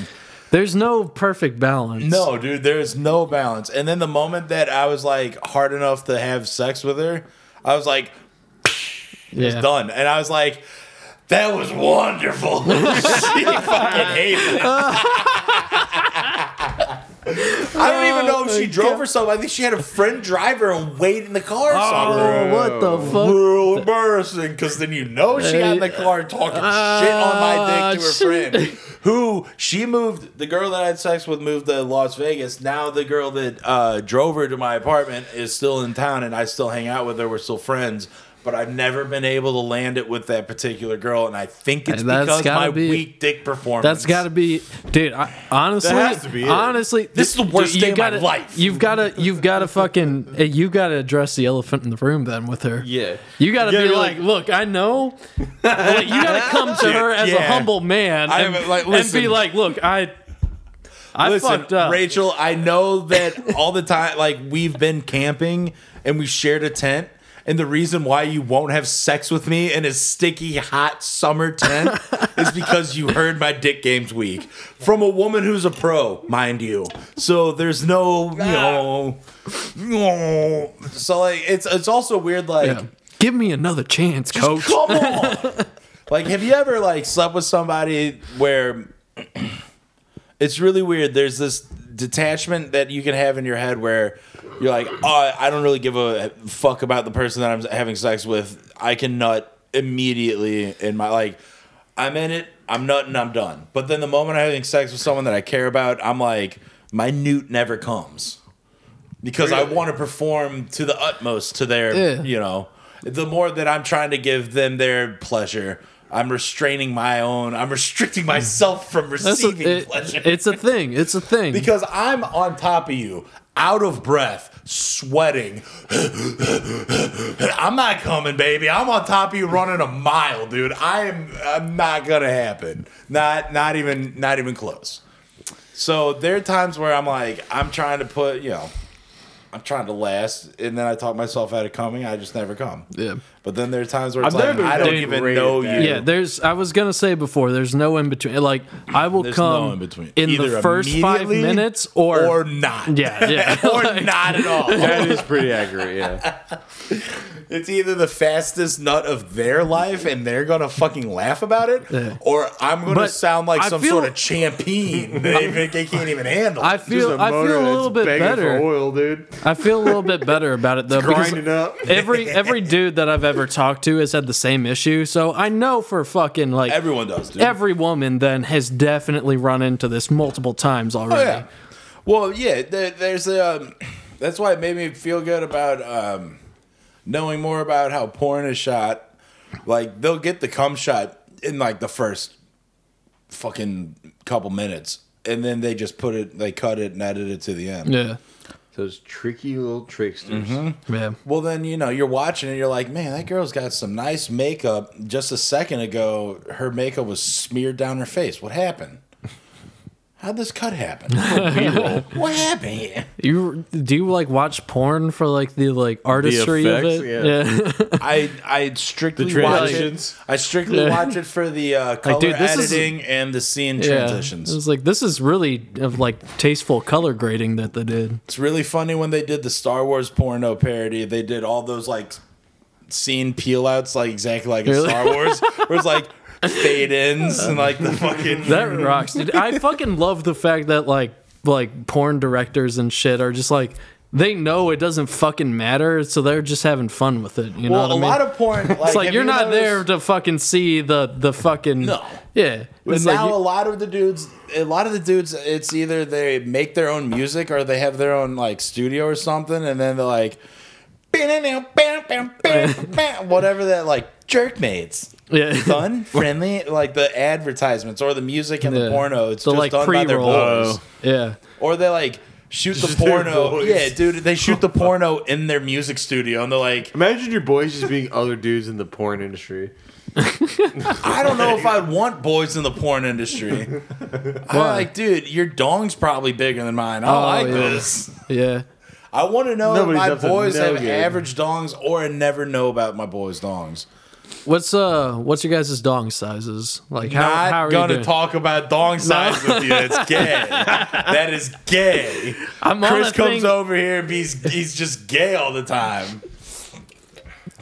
[SPEAKER 1] There's no perfect balance.
[SPEAKER 2] no dude there's no balance and then the moment that i was like hard enough to have sex with her i was like
[SPEAKER 1] Yeah.
[SPEAKER 2] done and i was like that was wonderful she fucking hated it I don't even
[SPEAKER 1] Oh
[SPEAKER 2] know if she drove herself. I think she had a friend drive her and wait in the car. Or
[SPEAKER 1] Oh,
[SPEAKER 2] something.
[SPEAKER 1] what the fuck?
[SPEAKER 2] Real embarrassing because then you know she got in the car talking shit on my dick to her
[SPEAKER 1] Ah, shit.
[SPEAKER 2] friend, who she moved. The girl that I had sex with moved to Las Vegas. Now the girl that uh, drove her to my apartment is still in town, and I still hang out with her. We're still friends. But I've never been able to land it with that particular girl, and I think it's
[SPEAKER 1] Hey, that's
[SPEAKER 2] because
[SPEAKER 1] gotta
[SPEAKER 2] my
[SPEAKER 1] be-
[SPEAKER 2] weak dick performance.
[SPEAKER 1] That's got to be, dude. I, honestly,
[SPEAKER 3] That has to be it.
[SPEAKER 1] honestly,
[SPEAKER 2] This is the worst
[SPEAKER 1] you
[SPEAKER 2] day of my
[SPEAKER 1] gotta-
[SPEAKER 2] life.
[SPEAKER 1] You've got to, you've got to fucking, eh, you got to address the elephant in the room then with her.
[SPEAKER 3] Yeah.
[SPEAKER 1] You got to
[SPEAKER 3] You gotta
[SPEAKER 1] be
[SPEAKER 3] be
[SPEAKER 1] like, look, I know. Like, you got to come to her as a
[SPEAKER 2] Yeah.
[SPEAKER 1] humble man
[SPEAKER 2] I-
[SPEAKER 1] and,
[SPEAKER 2] like,
[SPEAKER 1] and be
[SPEAKER 2] listen.
[SPEAKER 1] like, look, I, I
[SPEAKER 2] Listen,
[SPEAKER 1] fucked up.
[SPEAKER 2] Rachel, I know that all the time, like, we've been camping and we shared a tent. And the reason why you won't have sex with me in a sticky, hot summer tent is because you heard my dick game's weak from a woman who's a pro, mind you. So there's no, you know,
[SPEAKER 1] Ah.
[SPEAKER 2] no. So like, it's it's also weird. Like,
[SPEAKER 1] Yeah. Give me another chance, coach.
[SPEAKER 2] Come on. like, have you ever like slept with somebody where it's really weird? There's this detachment that you can have in your head where you're like, oh, I don't really give a fuck about the person that I'm having sex with. I can nut immediately in my like. I'm in it. I'm nutting. I'm done. But then the moment I'm having sex with someone that I care about, I'm like, my newt never comes because I
[SPEAKER 3] Really?
[SPEAKER 2] want to perform to the utmost to their,
[SPEAKER 1] Yeah.
[SPEAKER 2] you know, the more that I'm trying to give them their pleasure, I'm restraining my own. I'm restricting myself from
[SPEAKER 1] That's a,
[SPEAKER 2] receiving
[SPEAKER 1] it-
[SPEAKER 2] pleasure
[SPEAKER 1] it's a thing. It's a thing.
[SPEAKER 2] because I'm on top of you, out of breath, sweating. I'm not coming, baby. I'm on top of you, running a mile, dude. I am. I'm not gonna happen. Not. Not even. Not even close. So there are times where I'm like, I'm trying to put, you know, I'm trying to last, and then I talk myself out of coming. I just never come.
[SPEAKER 1] yeah.
[SPEAKER 2] But then there are times where it's
[SPEAKER 3] I've
[SPEAKER 2] like
[SPEAKER 3] never
[SPEAKER 2] I don't
[SPEAKER 3] been
[SPEAKER 2] even
[SPEAKER 3] rated
[SPEAKER 2] know you.
[SPEAKER 3] that.
[SPEAKER 1] Yeah, there's. I was gonna say before, there's no in between. Like I will
[SPEAKER 2] There's
[SPEAKER 1] come
[SPEAKER 2] no in between.
[SPEAKER 1] the first five
[SPEAKER 2] immediately
[SPEAKER 1] minutes, or,
[SPEAKER 2] or not.
[SPEAKER 1] yeah, yeah,
[SPEAKER 2] or not at all.
[SPEAKER 3] That is pretty accurate, yeah.
[SPEAKER 2] It's either the fastest nut of their life and they're gonna fucking laugh about it,
[SPEAKER 1] Yeah.
[SPEAKER 2] or I'm gonna
[SPEAKER 1] But
[SPEAKER 2] sound like
[SPEAKER 1] I
[SPEAKER 2] some
[SPEAKER 1] feel-
[SPEAKER 2] sort of champion that even- they can't even handle.
[SPEAKER 1] I feel. I feel a little bit better.
[SPEAKER 3] oil, dude.
[SPEAKER 1] I feel a little bit better about it though. because
[SPEAKER 3] Grinding up.
[SPEAKER 1] every every dude that I've ever talked to has had the same issue, so I know for fucking like
[SPEAKER 2] Everyone does, dude.
[SPEAKER 1] every woman then has definitely run into this multiple times
[SPEAKER 2] Oh,
[SPEAKER 1] already.
[SPEAKER 2] yeah. Well, yeah. There, there's um, that's why it made me feel good about um, knowing more about how porn is shot. Like they'll get the cum shot in like the first fucking couple minutes, and then they just put it, they cut it and edit it to the end.
[SPEAKER 1] yeah,
[SPEAKER 3] Those tricky little tricksters.
[SPEAKER 1] yeah.
[SPEAKER 2] Well, then you know you're watching and you're like, man, that girl's got some nice makeup. Just a second ago, her makeup was smeared down her face. What happened? How'd this cut happen? what happened here?
[SPEAKER 1] You do you like watch porn for like the like artistry
[SPEAKER 3] effects,
[SPEAKER 1] of it?
[SPEAKER 3] yeah.
[SPEAKER 2] I I strictly
[SPEAKER 3] The
[SPEAKER 2] watch
[SPEAKER 3] transitions.
[SPEAKER 2] it. I strictly
[SPEAKER 1] Yeah.
[SPEAKER 2] watch it for the uh, color
[SPEAKER 1] dude, this is-
[SPEAKER 2] editing and the scene
[SPEAKER 1] Yeah.
[SPEAKER 2] transitions.
[SPEAKER 1] It was like this is really of like tasteful color grading that they did.
[SPEAKER 2] It's really funny when they did the Star Wars porno parody. They did all those like scene peel outs, like exactly like in
[SPEAKER 1] Really?
[SPEAKER 2] Star Wars, where it's like fade ins and like the fucking
[SPEAKER 1] That rocks, dude. I fucking love the fact that like like porn directors and shit are just like they know it doesn't fucking matter, so they're just having fun with it. You know
[SPEAKER 2] well,
[SPEAKER 1] what
[SPEAKER 2] a
[SPEAKER 1] I mean?
[SPEAKER 2] lot of porn. Like,
[SPEAKER 1] it's like
[SPEAKER 2] have
[SPEAKER 1] you're
[SPEAKER 2] you
[SPEAKER 1] not
[SPEAKER 2] noticed-
[SPEAKER 1] there to fucking see the the fucking
[SPEAKER 2] No.
[SPEAKER 1] Yeah,
[SPEAKER 2] But
[SPEAKER 1] it's like
[SPEAKER 2] now a
[SPEAKER 1] you-
[SPEAKER 2] lot of the dudes, a lot of the dudes, it's either they make their own music or they have their own like studio or something, and then they're like, whatever that like jerk mates.
[SPEAKER 1] yeah.
[SPEAKER 2] Fun, friendly, like the advertisements or the music and
[SPEAKER 1] Yeah.
[SPEAKER 2] the porno. It's
[SPEAKER 1] The,
[SPEAKER 2] just
[SPEAKER 1] like,
[SPEAKER 2] done by their
[SPEAKER 1] pre-rolls.
[SPEAKER 2] boys,
[SPEAKER 1] yeah.
[SPEAKER 2] or they like shoot the
[SPEAKER 3] Just their
[SPEAKER 2] porno.
[SPEAKER 3] boys.
[SPEAKER 2] Yeah, dude, they shoot the porno in their music studio, and they're like,
[SPEAKER 3] Imagine your boys just being other dudes in the porn industry.
[SPEAKER 2] I don't know if I'd want boys in the porn industry. I'm like, dude, your dong's probably bigger than mine. I don't
[SPEAKER 1] Oh,
[SPEAKER 2] like
[SPEAKER 1] yeah.
[SPEAKER 2] this.
[SPEAKER 1] Yeah.
[SPEAKER 2] I want to know
[SPEAKER 3] Nobody's
[SPEAKER 2] if
[SPEAKER 3] up
[SPEAKER 2] my
[SPEAKER 3] to
[SPEAKER 2] boys
[SPEAKER 3] no
[SPEAKER 2] have
[SPEAKER 3] good.
[SPEAKER 2] average dongs or I never know about my boys' dongs.
[SPEAKER 1] What's uh what's your guys' dong sizes? Like how
[SPEAKER 2] Not
[SPEAKER 1] how are you
[SPEAKER 2] gonna
[SPEAKER 1] doing?
[SPEAKER 2] talk about dong size with you. That's gay. that is gay.
[SPEAKER 1] I'm on
[SPEAKER 2] Chris
[SPEAKER 1] a
[SPEAKER 2] comes
[SPEAKER 1] thing-
[SPEAKER 2] over here and he's, he's just gay all the time.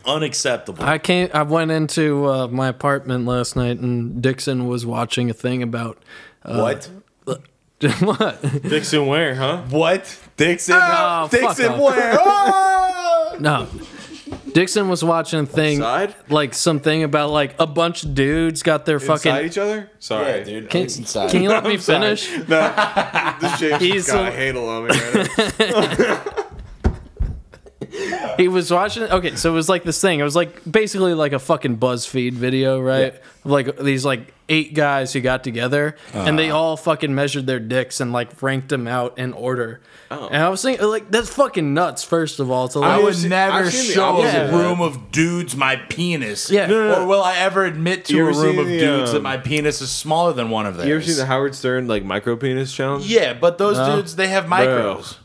[SPEAKER 2] Unacceptable.
[SPEAKER 1] I came. I went into uh, my apartment last night, and Dixon was watching a thing about Uh,
[SPEAKER 2] what?
[SPEAKER 1] what?
[SPEAKER 3] Dixon where, huh?
[SPEAKER 2] What? Dixon?
[SPEAKER 1] Oh, fuck
[SPEAKER 2] Dixon,
[SPEAKER 1] off.
[SPEAKER 2] where? Oh!
[SPEAKER 1] No, Dixon was watching a thing
[SPEAKER 3] Outside?
[SPEAKER 1] like something about like a bunch of dudes got their
[SPEAKER 3] Inside
[SPEAKER 1] fucking.
[SPEAKER 3] each other? Sorry.
[SPEAKER 2] Yeah, dude.
[SPEAKER 1] Can,
[SPEAKER 2] It's inside.
[SPEAKER 1] can you let me
[SPEAKER 3] sorry.
[SPEAKER 1] finish?
[SPEAKER 3] No, this James
[SPEAKER 1] He's
[SPEAKER 3] has got
[SPEAKER 1] so-
[SPEAKER 3] a handle on me right now.
[SPEAKER 1] He was watching. Okay, so it was like this thing. It was like basically like a fucking BuzzFeed video, right? Of, Like these like eight guys who got together and
[SPEAKER 3] Ah.
[SPEAKER 1] they all fucking measured their dicks and like ranked them out in order.
[SPEAKER 3] Oh.
[SPEAKER 1] And I was thinking, like, that's fucking nuts. First of all, to like,
[SPEAKER 2] I would
[SPEAKER 3] seen-
[SPEAKER 2] never
[SPEAKER 3] I've seen the
[SPEAKER 2] show
[SPEAKER 3] opposite
[SPEAKER 2] a
[SPEAKER 3] of that.
[SPEAKER 2] room of dudes my penis.
[SPEAKER 1] Yeah. No,
[SPEAKER 3] no, no.
[SPEAKER 2] Or will I ever admit to
[SPEAKER 3] You
[SPEAKER 2] a
[SPEAKER 3] ever
[SPEAKER 2] room
[SPEAKER 3] seen
[SPEAKER 2] of
[SPEAKER 3] the,
[SPEAKER 2] dudes that
[SPEAKER 3] um,
[SPEAKER 2] my penis is smaller than one of theirs?
[SPEAKER 3] You ever seen the Howard Stern like micro penis challenge?
[SPEAKER 2] yeah, but those dudes they have micros.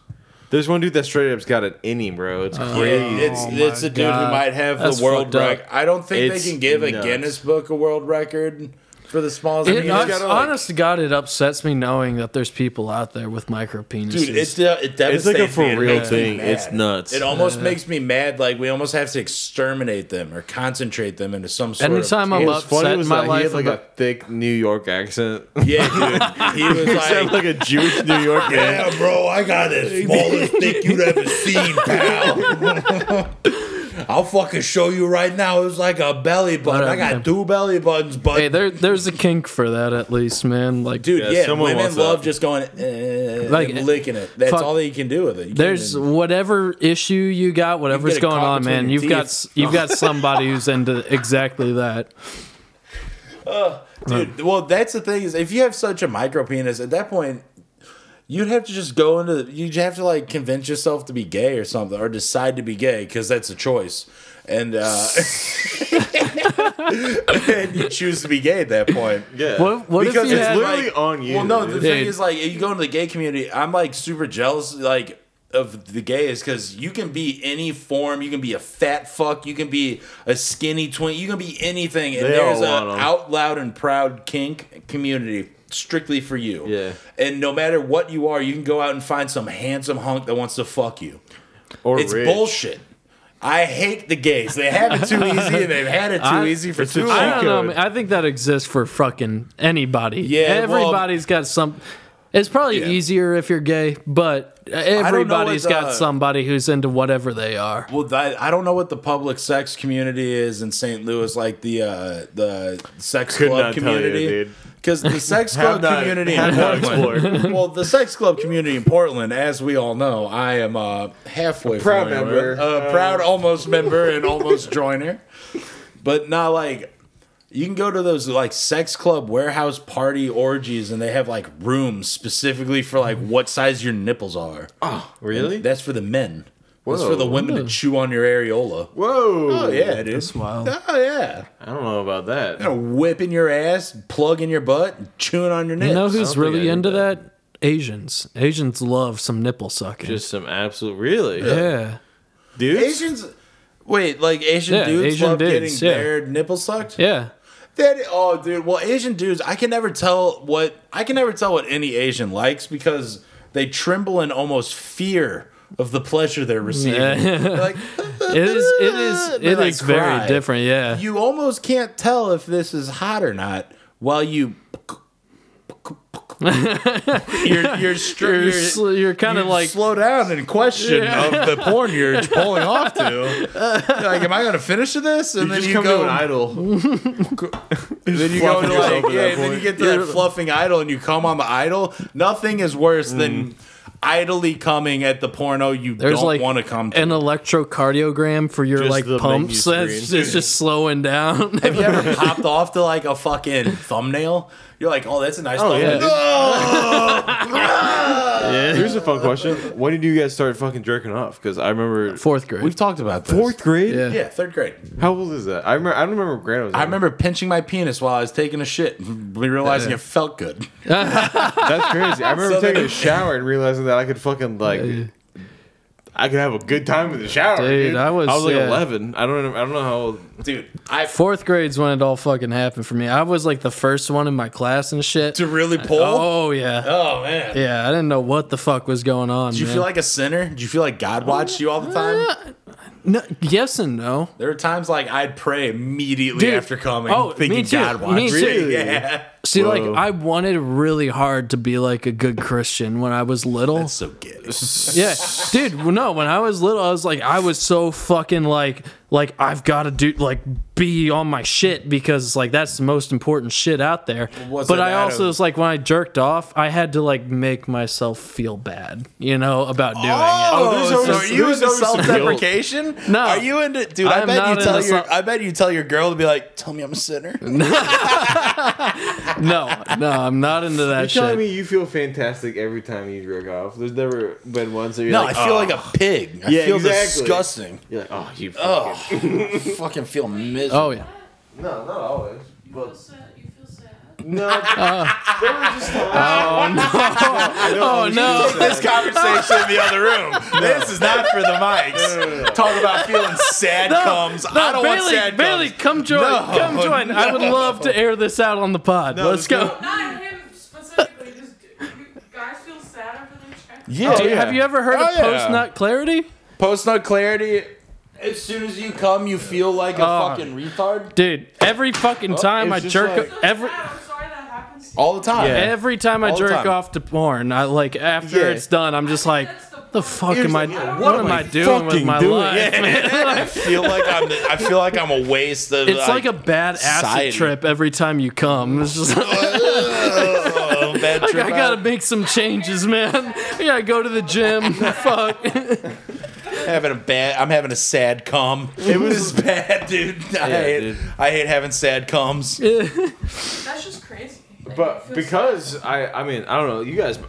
[SPEAKER 3] There's one dude that straight up's got an innie, bro. It's
[SPEAKER 2] Uh,
[SPEAKER 3] crazy.
[SPEAKER 2] it's it's a dude
[SPEAKER 1] God.
[SPEAKER 2] who might have
[SPEAKER 1] That's
[SPEAKER 2] the world
[SPEAKER 1] fucked up.
[SPEAKER 2] record. I don't think
[SPEAKER 3] It's
[SPEAKER 2] they can give a
[SPEAKER 3] nuts.
[SPEAKER 2] Guinness Book a world record for the smallest.
[SPEAKER 1] It,
[SPEAKER 2] penis.
[SPEAKER 1] honest,
[SPEAKER 3] gotta, like-
[SPEAKER 1] honest to God, it upsets me knowing that there's people out there with micro penises.
[SPEAKER 2] Dude, it, de- it devastates
[SPEAKER 3] It's like a for
[SPEAKER 2] me. It
[SPEAKER 3] real
[SPEAKER 2] makes me
[SPEAKER 3] thing.
[SPEAKER 2] mad.
[SPEAKER 3] It's nuts.
[SPEAKER 2] It almost makes me mad. Like we almost have to exterminate them or concentrate them into some sort
[SPEAKER 1] Anytime
[SPEAKER 2] of.
[SPEAKER 1] I'm
[SPEAKER 3] What
[SPEAKER 1] up-
[SPEAKER 3] was funny
[SPEAKER 1] upset
[SPEAKER 3] was
[SPEAKER 1] my
[SPEAKER 3] that he
[SPEAKER 1] life
[SPEAKER 3] had like
[SPEAKER 1] about-
[SPEAKER 3] a thick New York accent.
[SPEAKER 2] yeah, dude. He was
[SPEAKER 3] He sounded like a Jewish New York man.
[SPEAKER 2] Yeah, bro, I got the smallest dick you'd ever seen, pal. I'll fucking show you right now. It was like a belly button.
[SPEAKER 1] What up,
[SPEAKER 2] I got
[SPEAKER 1] man?
[SPEAKER 2] two belly buttons, but
[SPEAKER 1] hey, there, there's a kink for that at least, man. Like,
[SPEAKER 2] dude,
[SPEAKER 3] Yeah,
[SPEAKER 2] yeah,
[SPEAKER 3] someone
[SPEAKER 2] women
[SPEAKER 3] wants
[SPEAKER 2] love
[SPEAKER 3] that.
[SPEAKER 2] just going eh,
[SPEAKER 1] Like,
[SPEAKER 2] and licking it. That's
[SPEAKER 1] fuck.
[SPEAKER 2] all that you can do with it. You
[SPEAKER 1] there's
[SPEAKER 2] can't
[SPEAKER 1] whatever issue you got, whatever's
[SPEAKER 2] get a
[SPEAKER 1] going
[SPEAKER 2] cock
[SPEAKER 1] on,
[SPEAKER 2] between
[SPEAKER 1] man.
[SPEAKER 2] your
[SPEAKER 1] You've got
[SPEAKER 2] teeth.
[SPEAKER 1] s- you've got somebody who's into exactly that.
[SPEAKER 2] even- dude. Well, that's the thing is, if you have such a micro penis, at that point. You'd have to just go into. the- You'd have to like convince yourself to be gay or something, or decide to be gay because that's a choice, and uh, and you choose to be gay at that point.
[SPEAKER 3] Yeah.
[SPEAKER 1] What, what if
[SPEAKER 2] Because
[SPEAKER 1] you
[SPEAKER 2] it's
[SPEAKER 1] had
[SPEAKER 3] literally on you,
[SPEAKER 2] Well, no, the
[SPEAKER 3] dude.
[SPEAKER 2] thing
[SPEAKER 1] Dude.
[SPEAKER 2] is, like, you go into the gay community, I'm like super jealous. Like, of the gay is because you can be any form. You can be a fat fuck. You can be a skinny twin. You can be anything. And
[SPEAKER 3] They all
[SPEAKER 2] there's an
[SPEAKER 3] want 'em.
[SPEAKER 2] out loud and proud kink community strictly for you.
[SPEAKER 3] Yeah.
[SPEAKER 2] And no matter what you are, you can go out and find some handsome hunk that wants to fuck you.
[SPEAKER 3] Or
[SPEAKER 2] it's
[SPEAKER 3] rich.
[SPEAKER 2] bullshit. I hate the gays. They have it too easy, and they've had it too
[SPEAKER 1] I-
[SPEAKER 2] easy for
[SPEAKER 3] It's
[SPEAKER 2] too
[SPEAKER 3] a
[SPEAKER 2] long.
[SPEAKER 3] cheat
[SPEAKER 1] I don't know. man.
[SPEAKER 3] code.
[SPEAKER 1] I think that exists for fucking anybody.
[SPEAKER 2] Yeah, well-
[SPEAKER 1] everybody's got some. It's probably
[SPEAKER 2] Yeah.
[SPEAKER 1] easier if you're gay, but everybody's
[SPEAKER 2] what,
[SPEAKER 1] got
[SPEAKER 2] uh,
[SPEAKER 1] somebody who's into whatever they are.
[SPEAKER 2] Well, that, I don't know what the public sex community is in St. Louis, like the uh, the sex
[SPEAKER 3] Could
[SPEAKER 2] club
[SPEAKER 3] not tell you,
[SPEAKER 2] community,
[SPEAKER 3] dude.
[SPEAKER 2] because the sex
[SPEAKER 3] Have
[SPEAKER 2] club
[SPEAKER 3] not-
[SPEAKER 2] community in
[SPEAKER 3] have not
[SPEAKER 2] Portland.
[SPEAKER 3] explored.
[SPEAKER 2] well, the sex club community in Portland, as we all know, I am uh, halfway
[SPEAKER 3] proud
[SPEAKER 2] familiar
[SPEAKER 3] member. Oh.
[SPEAKER 2] with, a proud almost member, and almost joiner, but not like. You can go to those like sex club warehouse party orgies, and they have like rooms specifically for like what size your nipples are.
[SPEAKER 3] Really?
[SPEAKER 2] That's for the men. That's
[SPEAKER 3] Whoa.
[SPEAKER 2] for the women to chew on your areola.
[SPEAKER 3] Whoa.
[SPEAKER 2] Oh yeah, dude.
[SPEAKER 1] That's wild.
[SPEAKER 2] Oh yeah.
[SPEAKER 3] I don't know about that.
[SPEAKER 2] You know, whipping your ass, plugging your butt, and chewing on your nips.
[SPEAKER 1] You know
[SPEAKER 3] don't
[SPEAKER 1] who's
[SPEAKER 3] think I
[SPEAKER 1] really
[SPEAKER 3] did
[SPEAKER 1] into
[SPEAKER 3] that.
[SPEAKER 1] that? Asians. Asians love some nipple sucking.
[SPEAKER 3] Just uh, some absolute really.
[SPEAKER 1] yeah.
[SPEAKER 3] Dude.
[SPEAKER 2] Asians. Wait, like Asian
[SPEAKER 1] Yeah,
[SPEAKER 2] dudes
[SPEAKER 1] Asian
[SPEAKER 2] love
[SPEAKER 1] dudes,
[SPEAKER 2] getting
[SPEAKER 1] yeah.
[SPEAKER 2] their nipple sucked.
[SPEAKER 1] Yeah.
[SPEAKER 2] That oh, dude. Well, Asian dudes, I can never tell what I can never tell what any Asian likes because they tremble in almost fear of the pleasure they're receiving.
[SPEAKER 1] Yeah.
[SPEAKER 2] They're like,
[SPEAKER 1] It is it is
[SPEAKER 2] and
[SPEAKER 1] it is
[SPEAKER 2] they, like,
[SPEAKER 1] very
[SPEAKER 2] cry.
[SPEAKER 1] different, yeah.
[SPEAKER 2] You almost can't tell if this is hot or not while you. you're you're, str-
[SPEAKER 1] you're,
[SPEAKER 2] you're,
[SPEAKER 1] sl- you're kind of
[SPEAKER 2] you
[SPEAKER 1] like
[SPEAKER 2] slow down and question
[SPEAKER 1] Yeah.
[SPEAKER 2] of the porn you're pulling off to. You're like, am I gonna finish this? And
[SPEAKER 3] you
[SPEAKER 2] then
[SPEAKER 3] just
[SPEAKER 2] you
[SPEAKER 3] come
[SPEAKER 2] go,
[SPEAKER 3] to an idol.
[SPEAKER 2] then you go
[SPEAKER 3] fluffing
[SPEAKER 2] to like,
[SPEAKER 3] yourself at
[SPEAKER 2] yeah,
[SPEAKER 3] that
[SPEAKER 2] and then you
[SPEAKER 3] point.
[SPEAKER 2] get to that fluffing idol, and you come on the idol. Nothing is worse than idly coming at the porno you
[SPEAKER 1] Mm. there's
[SPEAKER 2] don't
[SPEAKER 1] like
[SPEAKER 2] want to come to.
[SPEAKER 1] an electrocardiogram for your
[SPEAKER 3] Just
[SPEAKER 1] like
[SPEAKER 3] the menu
[SPEAKER 1] pumps. That's
[SPEAKER 3] screen.
[SPEAKER 1] it's just slowing down.
[SPEAKER 2] Have you ever popped off to like a fucking thumbnail? You're like, oh, that's a nice
[SPEAKER 3] Oh,
[SPEAKER 2] thumbnail.
[SPEAKER 3] yeah.
[SPEAKER 1] yeah.
[SPEAKER 3] Here's a fun question. When did you guys start fucking jerking off? Because I remember
[SPEAKER 1] Fourth grade.
[SPEAKER 2] We've talked about this.
[SPEAKER 3] fourth grade.
[SPEAKER 1] Yeah.
[SPEAKER 2] Yeah, third grade.
[SPEAKER 3] How old is that? I remember. I don't remember. what Grade I was.
[SPEAKER 2] I
[SPEAKER 3] in.
[SPEAKER 2] remember pinching my penis while I was taking a shit, realizing it felt good.
[SPEAKER 3] That's crazy. I remember
[SPEAKER 2] So
[SPEAKER 3] taking
[SPEAKER 2] then-
[SPEAKER 3] a shower and realizing that I could fucking like. I could have a good time in the shower,
[SPEAKER 1] Dude,
[SPEAKER 3] dude.
[SPEAKER 1] I was-
[SPEAKER 3] I was like
[SPEAKER 1] yeah.
[SPEAKER 3] eleven. I don't. know- I don't know how old.
[SPEAKER 2] Dude, I
[SPEAKER 1] Fourth grade's when it all fucking happened for me. I was like the first one in my class and shit.
[SPEAKER 2] to really pull. Oh,
[SPEAKER 1] Oh yeah.
[SPEAKER 2] man.
[SPEAKER 1] Yeah, I didn't know what the fuck was going on.
[SPEAKER 2] Do you feel like a sinner? Do you feel like God watched you all the time?
[SPEAKER 1] no, yes and no.
[SPEAKER 2] There were times like I'd pray immediately
[SPEAKER 1] Dude.
[SPEAKER 2] after coming,
[SPEAKER 1] Oh,
[SPEAKER 2] thinking
[SPEAKER 1] me too.
[SPEAKER 2] God watched
[SPEAKER 1] Me
[SPEAKER 2] me.
[SPEAKER 1] too.
[SPEAKER 3] Really?
[SPEAKER 2] Yeah.
[SPEAKER 1] See, like
[SPEAKER 3] Whoa.
[SPEAKER 1] I wanted really hard to be like a good Christian when I was little.
[SPEAKER 2] That's so gay.
[SPEAKER 1] yeah, dude. well, No, when I was little, I was like, I was so fucking like, like I've got to do like be on my shit because like that's the most important shit out there.
[SPEAKER 2] Was
[SPEAKER 1] but
[SPEAKER 2] it
[SPEAKER 1] I
[SPEAKER 2] out
[SPEAKER 1] also
[SPEAKER 2] of-
[SPEAKER 1] was like, when I jerked off, I had to like make myself feel bad, you know, about doing
[SPEAKER 2] Oh,
[SPEAKER 1] it.
[SPEAKER 3] there's
[SPEAKER 2] so
[SPEAKER 3] always-
[SPEAKER 2] are you
[SPEAKER 3] there's
[SPEAKER 2] into
[SPEAKER 3] always some guilt.
[SPEAKER 2] self-deprecation?
[SPEAKER 1] No.
[SPEAKER 2] Are you into dude?
[SPEAKER 1] I
[SPEAKER 2] I,
[SPEAKER 1] am
[SPEAKER 2] bet
[SPEAKER 1] not
[SPEAKER 2] you tell
[SPEAKER 1] into
[SPEAKER 2] your
[SPEAKER 1] self-
[SPEAKER 2] I bet you tell your girl to be like, tell me I'm a sinner.
[SPEAKER 1] No, no, I'm not into that
[SPEAKER 3] You're
[SPEAKER 1] shit.
[SPEAKER 3] telling me you feel fantastic every time you jerk off. There's never been once that you're
[SPEAKER 2] No,
[SPEAKER 3] like,
[SPEAKER 2] I feel
[SPEAKER 3] "Oh."
[SPEAKER 2] like a pig. I
[SPEAKER 3] Yeah,
[SPEAKER 2] feel
[SPEAKER 3] exactly.
[SPEAKER 2] disgusting.
[SPEAKER 3] You're like, oh, you.
[SPEAKER 2] Oh,
[SPEAKER 3] fucking-
[SPEAKER 2] fucking feel miserable.
[SPEAKER 1] oh yeah.
[SPEAKER 3] No, not always. But
[SPEAKER 4] sad. You feel sad.
[SPEAKER 3] no.
[SPEAKER 1] Uh.
[SPEAKER 3] there were just times.
[SPEAKER 1] Oh no.
[SPEAKER 2] This conversation in the other room. This is not for the mics. Talk about feeling sad comes. I don't want
[SPEAKER 1] Bailey,
[SPEAKER 2] sad
[SPEAKER 1] Bailey,
[SPEAKER 2] comes.
[SPEAKER 1] come join.
[SPEAKER 2] No,
[SPEAKER 1] come join. I would love to air this out on the pod. Let's go.
[SPEAKER 4] Not him specifically. Just you guys feel sad after they check.
[SPEAKER 2] Yeah,
[SPEAKER 1] Dude, Have you ever heard
[SPEAKER 2] Oh,
[SPEAKER 1] of
[SPEAKER 2] yeah.
[SPEAKER 1] post nut clarity?
[SPEAKER 2] Post nut clarity. As soon as you come, you feel like a
[SPEAKER 1] Oh.
[SPEAKER 2] fucking retard
[SPEAKER 1] Dude, every fucking time
[SPEAKER 3] Oh, it's
[SPEAKER 1] I
[SPEAKER 3] just
[SPEAKER 1] jerk
[SPEAKER 3] like-
[SPEAKER 1] every
[SPEAKER 4] sad. I'm sorry that happens. To
[SPEAKER 2] all the time.
[SPEAKER 3] Yeah.
[SPEAKER 1] every time I
[SPEAKER 2] All the
[SPEAKER 1] jerk
[SPEAKER 2] time.
[SPEAKER 1] off to porn, I like after
[SPEAKER 3] Yeah.
[SPEAKER 1] it's done, I'm just like,
[SPEAKER 4] That's the
[SPEAKER 1] the
[SPEAKER 4] point.
[SPEAKER 1] fuck
[SPEAKER 3] Here's
[SPEAKER 1] am I?
[SPEAKER 3] the-
[SPEAKER 1] What,
[SPEAKER 3] yeah,
[SPEAKER 1] am I doing with
[SPEAKER 3] fucking
[SPEAKER 1] my
[SPEAKER 3] doing?
[SPEAKER 1] life?
[SPEAKER 2] I feel like I'm. I feel like I'm a waste of.
[SPEAKER 1] It's like a bad acid
[SPEAKER 2] society.
[SPEAKER 1] trip every time you come. It's just like,
[SPEAKER 2] oh, bad trip.
[SPEAKER 1] I gotta
[SPEAKER 2] out.
[SPEAKER 1] make some changes, man. I gotta go to the gym. fuck.
[SPEAKER 2] having a bad. I'm having a sad cum. It was bad, dude. I hate.
[SPEAKER 3] dude.
[SPEAKER 2] I hate having sad cums.
[SPEAKER 4] you. That's just crazy. Like, you
[SPEAKER 3] But
[SPEAKER 4] feel
[SPEAKER 3] because I, I mean, I don't know. You guys,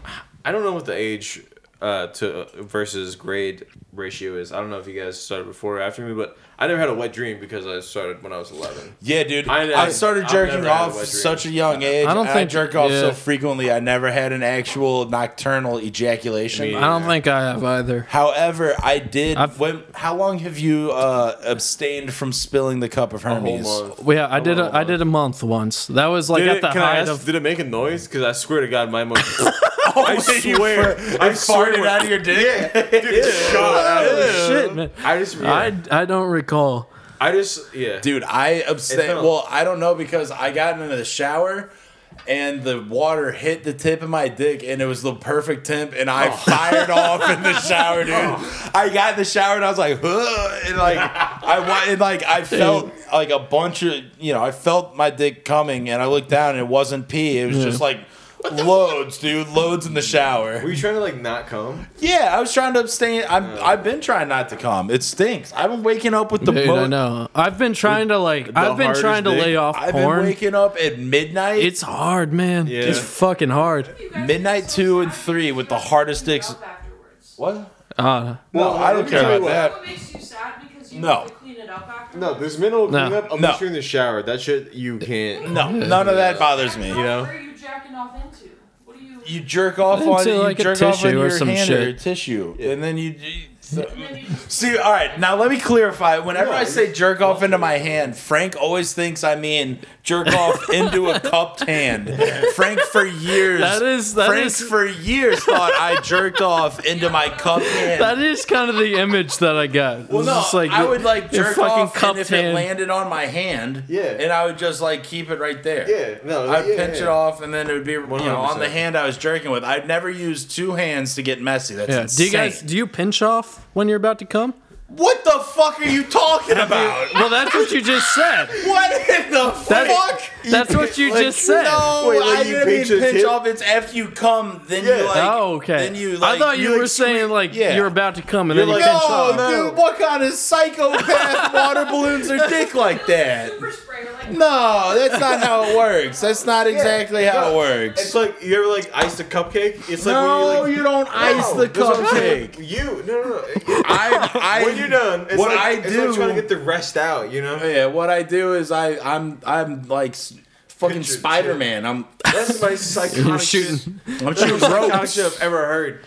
[SPEAKER 3] I don't know what the age uh, to versus grade ratio is. I don't know if you guys started before or after me, but I never had a wet dream because I started when I was 11.
[SPEAKER 2] Yeah, dude.
[SPEAKER 3] I-
[SPEAKER 2] I,
[SPEAKER 3] I-
[SPEAKER 2] started
[SPEAKER 3] I've
[SPEAKER 2] jerking
[SPEAKER 3] never had
[SPEAKER 2] off
[SPEAKER 3] wet
[SPEAKER 2] at
[SPEAKER 3] dreams.
[SPEAKER 2] such a young age. I don't think I jerk off
[SPEAKER 1] yeah.
[SPEAKER 2] so frequently. I never had an actual nocturnal ejaculation.
[SPEAKER 3] Me-
[SPEAKER 1] I don't think I have either.
[SPEAKER 2] However, I did.
[SPEAKER 1] I've-
[SPEAKER 2] when, how long have you uh, abstained from spilling the cup of
[SPEAKER 3] A whole
[SPEAKER 2] Hermes?
[SPEAKER 3] month.
[SPEAKER 1] Well, yeah, I did.
[SPEAKER 3] Hold
[SPEAKER 1] A,
[SPEAKER 3] on.
[SPEAKER 1] I did a month once. That was like
[SPEAKER 3] Did
[SPEAKER 1] at
[SPEAKER 3] it-
[SPEAKER 1] the
[SPEAKER 3] can I
[SPEAKER 1] height
[SPEAKER 3] ask-
[SPEAKER 1] of. Oh,
[SPEAKER 3] Did it make a noise? Because I swear to God, my emotions.
[SPEAKER 2] I
[SPEAKER 3] swear. I
[SPEAKER 2] I
[SPEAKER 3] swear.
[SPEAKER 2] farted out of your dick.
[SPEAKER 3] Dude, it's shot out of it.
[SPEAKER 1] Shit, man.
[SPEAKER 3] I just, yeah. I,
[SPEAKER 1] I I don't recall.
[SPEAKER 3] just, yeah.
[SPEAKER 2] Dude, I
[SPEAKER 3] It's been
[SPEAKER 2] abstained.
[SPEAKER 3] a-
[SPEAKER 2] Well, I don't know because I got into the shower and the water hit the tip of my dick and it was the perfect temp and
[SPEAKER 1] Oh.
[SPEAKER 2] I fired off in the shower, dude. I got in the shower and I was like, "Huh," and like I wa- and like I felt like a bunch of you know I felt my dick coming and I looked down and it wasn't pee. It was
[SPEAKER 1] Yeah.
[SPEAKER 2] just like. Loads, dude. Loads in the shower.
[SPEAKER 3] Were you trying to like not come?
[SPEAKER 2] Yeah, I was trying to abstain. I'm, I've been trying not to come. It stinks. I've been waking up with the
[SPEAKER 1] Dude, I
[SPEAKER 2] most-
[SPEAKER 1] know. I've been trying to like. I've been
[SPEAKER 3] hardest
[SPEAKER 1] trying to
[SPEAKER 3] dick-
[SPEAKER 1] lay off
[SPEAKER 2] I've been
[SPEAKER 1] porn.
[SPEAKER 2] waking up at midnight.
[SPEAKER 1] it's hard, man.
[SPEAKER 3] Yeah.
[SPEAKER 1] It's fucking hard.
[SPEAKER 4] You guys
[SPEAKER 2] Midnight
[SPEAKER 4] are so
[SPEAKER 2] two and
[SPEAKER 4] sad.
[SPEAKER 2] three with the hardest
[SPEAKER 4] You
[SPEAKER 2] dicks-
[SPEAKER 4] up afterwards.
[SPEAKER 2] what?
[SPEAKER 3] Uh-huh.
[SPEAKER 1] Uh,
[SPEAKER 2] No, I don't care about
[SPEAKER 4] You know
[SPEAKER 2] that.
[SPEAKER 4] What makes you sad because you
[SPEAKER 2] No.
[SPEAKER 4] have to clean it up afterwards?
[SPEAKER 3] No, there's minimal
[SPEAKER 1] No.
[SPEAKER 3] cleanup. I'm
[SPEAKER 2] No.
[SPEAKER 3] just in the shower. That shit, you can't.
[SPEAKER 2] No, none of that bothers me.
[SPEAKER 3] You know?
[SPEAKER 4] Where are you jacking off into? What do you?
[SPEAKER 2] You jerk off
[SPEAKER 1] Into
[SPEAKER 2] on you
[SPEAKER 1] like a
[SPEAKER 2] jerk off on
[SPEAKER 1] tissue or
[SPEAKER 2] your
[SPEAKER 1] some
[SPEAKER 2] hand or
[SPEAKER 1] shit.
[SPEAKER 2] your tissue, and then you. you-
[SPEAKER 4] And then you just-
[SPEAKER 2] See, all right, now let me clarify. Whenever
[SPEAKER 3] No,
[SPEAKER 2] I
[SPEAKER 3] you
[SPEAKER 2] say
[SPEAKER 3] just-
[SPEAKER 2] jerk off into my hand, Frank always thinks I mean jerk off into a cupped hand. Frank for years
[SPEAKER 1] That is- that
[SPEAKER 2] Frank
[SPEAKER 1] is-
[SPEAKER 2] for years thought I jerked off into my cupped hand.
[SPEAKER 1] that is kind of the image that I got.
[SPEAKER 2] Well,
[SPEAKER 1] It's
[SPEAKER 2] no,
[SPEAKER 1] just like
[SPEAKER 2] I
[SPEAKER 1] your-
[SPEAKER 2] would like
[SPEAKER 1] your
[SPEAKER 2] jerk
[SPEAKER 1] fucking
[SPEAKER 2] off,
[SPEAKER 1] cupped
[SPEAKER 2] and if it
[SPEAKER 1] hand.
[SPEAKER 2] landed on my hand,
[SPEAKER 3] Yeah.
[SPEAKER 2] and I would just like keep it right there.
[SPEAKER 3] Yeah, no,
[SPEAKER 2] I'd
[SPEAKER 3] yeah,
[SPEAKER 2] pinch
[SPEAKER 3] yeah.
[SPEAKER 2] it off, and then it would be you know on the
[SPEAKER 3] 100%.
[SPEAKER 2] hand I was jerking with. I'd never use two hands to get messy. That's
[SPEAKER 1] Yeah. Do
[SPEAKER 2] insane.
[SPEAKER 1] you guys do you pinch off when you're about to come?
[SPEAKER 2] what the fuck are you talking about?
[SPEAKER 1] Well, that's what you just said.
[SPEAKER 2] what in the
[SPEAKER 1] That's,
[SPEAKER 2] fuck?
[SPEAKER 1] that's what you
[SPEAKER 3] like,
[SPEAKER 1] just said.
[SPEAKER 2] No,
[SPEAKER 3] Wait, like
[SPEAKER 2] I
[SPEAKER 3] you
[SPEAKER 2] didn't mean
[SPEAKER 3] pinch your
[SPEAKER 2] pinch
[SPEAKER 3] tip?
[SPEAKER 2] off. It's after you come, then you
[SPEAKER 3] Yeah.
[SPEAKER 2] like.
[SPEAKER 1] oh, okay.
[SPEAKER 2] Then you like.
[SPEAKER 1] I thought you,
[SPEAKER 2] like,
[SPEAKER 1] were saying
[SPEAKER 2] squeeze-
[SPEAKER 1] like
[SPEAKER 2] Yeah.
[SPEAKER 1] you're about to come and
[SPEAKER 3] You're
[SPEAKER 1] then
[SPEAKER 3] like,
[SPEAKER 1] you pinch
[SPEAKER 3] "Oh,
[SPEAKER 1] off.
[SPEAKER 2] No,
[SPEAKER 3] no.
[SPEAKER 2] dude, what kind of psychopath water balloons are dick like that?
[SPEAKER 4] Super sprayer, like
[SPEAKER 2] No, that's not how it works. That's not exactly how it works.
[SPEAKER 3] It's like you ever like iced a cupcake. It's like
[SPEAKER 2] no,
[SPEAKER 3] when you like
[SPEAKER 2] you don't ice the
[SPEAKER 3] that's what I'm saying.
[SPEAKER 2] cupcake.
[SPEAKER 3] You no no no.
[SPEAKER 2] I, I,
[SPEAKER 3] when you're done, it's
[SPEAKER 2] what
[SPEAKER 3] like,
[SPEAKER 2] I
[SPEAKER 3] it's
[SPEAKER 2] do,
[SPEAKER 3] like trying to get the rest out. You know,
[SPEAKER 2] yeah, what I do is I, I'm, I'm like s- fucking
[SPEAKER 3] Picture it,
[SPEAKER 2] Spider Man. I'm,
[SPEAKER 3] that's my psychotic
[SPEAKER 1] You're
[SPEAKER 3] shit.
[SPEAKER 1] shooting.
[SPEAKER 2] I'm shooting
[SPEAKER 3] psychotic
[SPEAKER 2] ropes.
[SPEAKER 3] shit I've ever heard.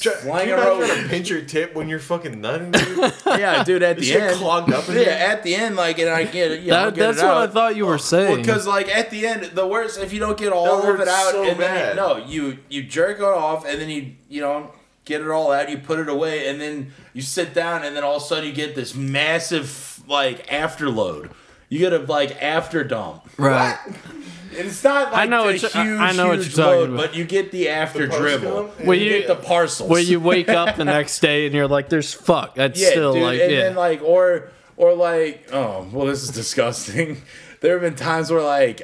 [SPEAKER 3] Try-
[SPEAKER 2] Flying
[SPEAKER 3] Can you
[SPEAKER 2] a
[SPEAKER 3] imagine
[SPEAKER 2] rope.
[SPEAKER 3] trying to pinch your tip when you're fucking nutting, dude?
[SPEAKER 2] Yeah, dude, at the
[SPEAKER 3] shit
[SPEAKER 2] end,
[SPEAKER 3] clogged up in
[SPEAKER 2] yeah,
[SPEAKER 3] here.
[SPEAKER 2] at the end, like, and I get it. Yeah,
[SPEAKER 1] That, that's what I thought you were saying.
[SPEAKER 2] Because like at the end, the worst if you don't get all
[SPEAKER 3] That
[SPEAKER 2] of it
[SPEAKER 3] hurts
[SPEAKER 2] out,
[SPEAKER 3] so
[SPEAKER 2] and then you,
[SPEAKER 3] bad.
[SPEAKER 2] no, you you jerk it off, and then you you know get it all out, you put it away, and then you sit down, and then all of a sudden you get this massive like afterload. You get a like after dump.
[SPEAKER 1] right.
[SPEAKER 2] And It's not like
[SPEAKER 1] I know
[SPEAKER 2] a
[SPEAKER 1] what
[SPEAKER 2] huge,
[SPEAKER 1] you- I- I know what
[SPEAKER 2] huge
[SPEAKER 1] you're talking
[SPEAKER 2] load,
[SPEAKER 1] about.
[SPEAKER 2] but you get the after
[SPEAKER 3] parcel?
[SPEAKER 2] dribble.
[SPEAKER 3] Well,
[SPEAKER 2] you,
[SPEAKER 1] you-
[SPEAKER 2] get the parcels.
[SPEAKER 1] Where you wake up the next day and you're like, "There's fuck." That's
[SPEAKER 2] yeah,
[SPEAKER 1] still
[SPEAKER 2] dude,
[SPEAKER 1] like,
[SPEAKER 2] and
[SPEAKER 1] yeah.
[SPEAKER 2] then like or or like oh well this is disgusting. there have been times where like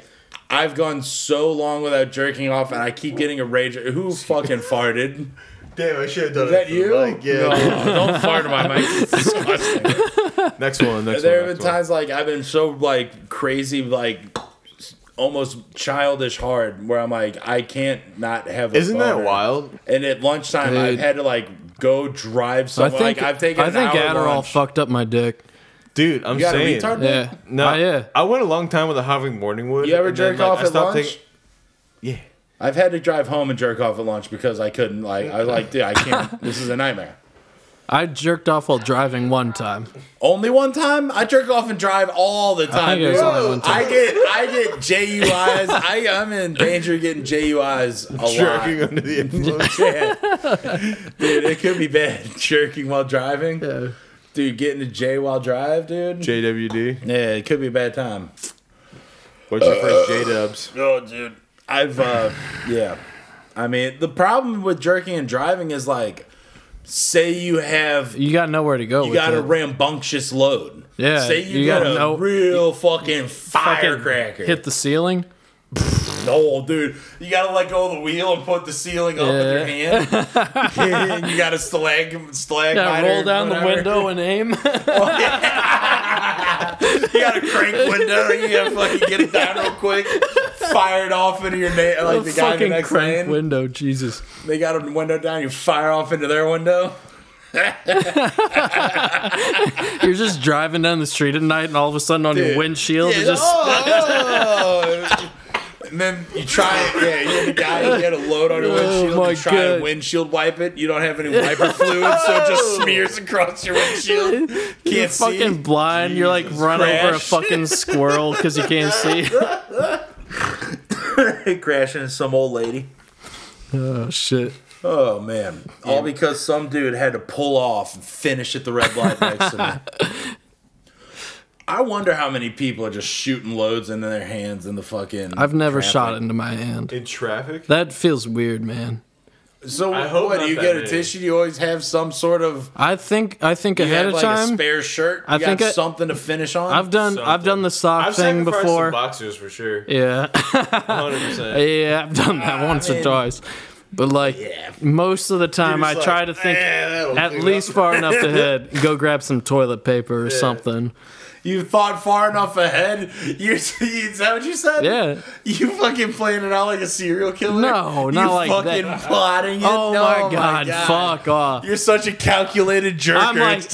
[SPEAKER 2] I've gone so long without jerking off and I keep getting a rage. Who fucking farted?
[SPEAKER 3] Damn, I should have done
[SPEAKER 2] Is that
[SPEAKER 3] for,
[SPEAKER 2] you?
[SPEAKER 3] Like, yeah.
[SPEAKER 2] No, don't fart in my mic. It's disgusting.
[SPEAKER 3] Next one. Next
[SPEAKER 2] there have been
[SPEAKER 3] one. next one.
[SPEAKER 2] times like I've been so like crazy like almost childish hard where I'm like I can't not have. A
[SPEAKER 3] Isn't that
[SPEAKER 2] boner.
[SPEAKER 3] wild?
[SPEAKER 2] And at lunchtime I've
[SPEAKER 1] Dude.
[SPEAKER 2] had to like go drive
[SPEAKER 1] I
[SPEAKER 2] somewhere.
[SPEAKER 1] think
[SPEAKER 2] like I've taken.
[SPEAKER 1] I think
[SPEAKER 2] an hour
[SPEAKER 1] Adderall
[SPEAKER 2] lunch.
[SPEAKER 1] fucked up my dick.
[SPEAKER 3] Dude, I'm
[SPEAKER 2] You got a
[SPEAKER 3] saying.
[SPEAKER 2] retard?
[SPEAKER 1] Yeah.
[SPEAKER 3] No,
[SPEAKER 1] Oh, yeah.
[SPEAKER 3] I went a long time without having morning wood.
[SPEAKER 2] You ever
[SPEAKER 3] and then,
[SPEAKER 2] jerk
[SPEAKER 3] like,
[SPEAKER 2] off
[SPEAKER 3] I
[SPEAKER 2] at
[SPEAKER 3] stopped
[SPEAKER 2] lunch?
[SPEAKER 3] taking- yeah.
[SPEAKER 2] I've had to drive home and jerk off at lunch because I couldn't. Like I was like, dude, I can't. this is a nightmare.
[SPEAKER 1] I jerked off while driving one time.
[SPEAKER 2] Only one time I jerk off and drive all the time.
[SPEAKER 1] think it was
[SPEAKER 2] dude.
[SPEAKER 1] only one time.
[SPEAKER 2] I get I get JUIs. I, I'm in danger of getting JUIs a
[SPEAKER 3] Jerking
[SPEAKER 2] lot.
[SPEAKER 3] under the influence.
[SPEAKER 2] Yeah. dude, it could be bad. Jerking while driving,
[SPEAKER 1] Yeah.
[SPEAKER 2] dude. Getting a J while drive, dude.
[SPEAKER 3] JWD.
[SPEAKER 2] yeah, it could be a bad time.
[SPEAKER 3] What's your first J Dubs?
[SPEAKER 2] Oh, dude. I've, uh, yeah. I mean, the problem with jerking and driving is like, say you have
[SPEAKER 1] You got nowhere to go.
[SPEAKER 2] you
[SPEAKER 1] with
[SPEAKER 2] got a
[SPEAKER 1] it.
[SPEAKER 2] rambunctious load.
[SPEAKER 1] Yeah,
[SPEAKER 2] Say you,
[SPEAKER 1] you
[SPEAKER 2] got
[SPEAKER 1] gotta
[SPEAKER 2] a
[SPEAKER 1] know-
[SPEAKER 2] real
[SPEAKER 1] Fucking
[SPEAKER 2] fucking firecracker.
[SPEAKER 1] Hit the ceiling.
[SPEAKER 2] no, dude. You gotta let go of the wheel and put the ceiling up with your hand. and you gotta stalag stalag.
[SPEAKER 1] Yeah, roll down the window and aim.
[SPEAKER 2] You gotta crank window. You gotta fucking get it down real quick. Fire it off into your na- like the guy in the
[SPEAKER 1] fucking
[SPEAKER 2] next
[SPEAKER 1] crank
[SPEAKER 2] lane.
[SPEAKER 1] window. Jesus.
[SPEAKER 2] they got a window down. You fire off into their window.
[SPEAKER 1] You're just driving down the street at night, and all of a sudden on your windshield, it just
[SPEAKER 2] Oh. and then you try it. Yeah, you had a guy. You had a load on your windshield.
[SPEAKER 1] my
[SPEAKER 2] you try to
[SPEAKER 1] God.
[SPEAKER 2] windshield wipe it. You don't have any wiper fluid, so it just smears across your windshield. Can't
[SPEAKER 1] you're fucking
[SPEAKER 2] oh, see.
[SPEAKER 1] blind. you're like
[SPEAKER 2] Jesus,
[SPEAKER 1] run over a
[SPEAKER 2] crash.
[SPEAKER 1] fucking squirrel because you can't see.
[SPEAKER 2] crashing into some old lady.
[SPEAKER 1] oh shit.
[SPEAKER 2] Oh man! All because some dude had to pull off and finish at the red light next to me. I wonder how many people are just shooting loads into their hands in the fucking.
[SPEAKER 1] I've never
[SPEAKER 2] traffic.
[SPEAKER 1] shot into my hand.
[SPEAKER 3] In traffic?
[SPEAKER 1] That feels weird, man.
[SPEAKER 2] So
[SPEAKER 3] I hope
[SPEAKER 2] what?
[SPEAKER 3] not
[SPEAKER 2] You
[SPEAKER 3] that
[SPEAKER 2] get a
[SPEAKER 3] many.
[SPEAKER 2] tissue. You always have some sort of.
[SPEAKER 1] I think I think
[SPEAKER 2] You
[SPEAKER 1] ahead
[SPEAKER 2] have
[SPEAKER 1] of
[SPEAKER 2] like a
[SPEAKER 1] time.
[SPEAKER 2] spare shirt.
[SPEAKER 1] I
[SPEAKER 2] You
[SPEAKER 1] think
[SPEAKER 2] got
[SPEAKER 1] I-
[SPEAKER 2] something to finish on.
[SPEAKER 1] I've done I've done the sock
[SPEAKER 3] I've
[SPEAKER 1] thing
[SPEAKER 3] sacrificed
[SPEAKER 1] before.
[SPEAKER 3] Some boxers for sure.
[SPEAKER 1] yeah.
[SPEAKER 3] 100%.
[SPEAKER 1] yeah, I've done that once or
[SPEAKER 2] mean-
[SPEAKER 1] twice. But like most of the time, I
[SPEAKER 2] just like,
[SPEAKER 1] try to think
[SPEAKER 2] "Eh, that'll
[SPEAKER 1] at
[SPEAKER 2] clean
[SPEAKER 1] least far enough ahead. Go grab some toilet paper or something.
[SPEAKER 2] You thought far enough ahead. You're, is that what you said?
[SPEAKER 1] Yeah.
[SPEAKER 2] You fucking playing it out like a serial killer?
[SPEAKER 1] No, not
[SPEAKER 2] you
[SPEAKER 1] like
[SPEAKER 2] fucking
[SPEAKER 1] that.
[SPEAKER 2] plotting it.
[SPEAKER 1] Oh
[SPEAKER 2] No,
[SPEAKER 1] my, god, Fuck off.
[SPEAKER 2] You're such a calculated jerker.
[SPEAKER 1] I'm like eh,
[SPEAKER 2] it's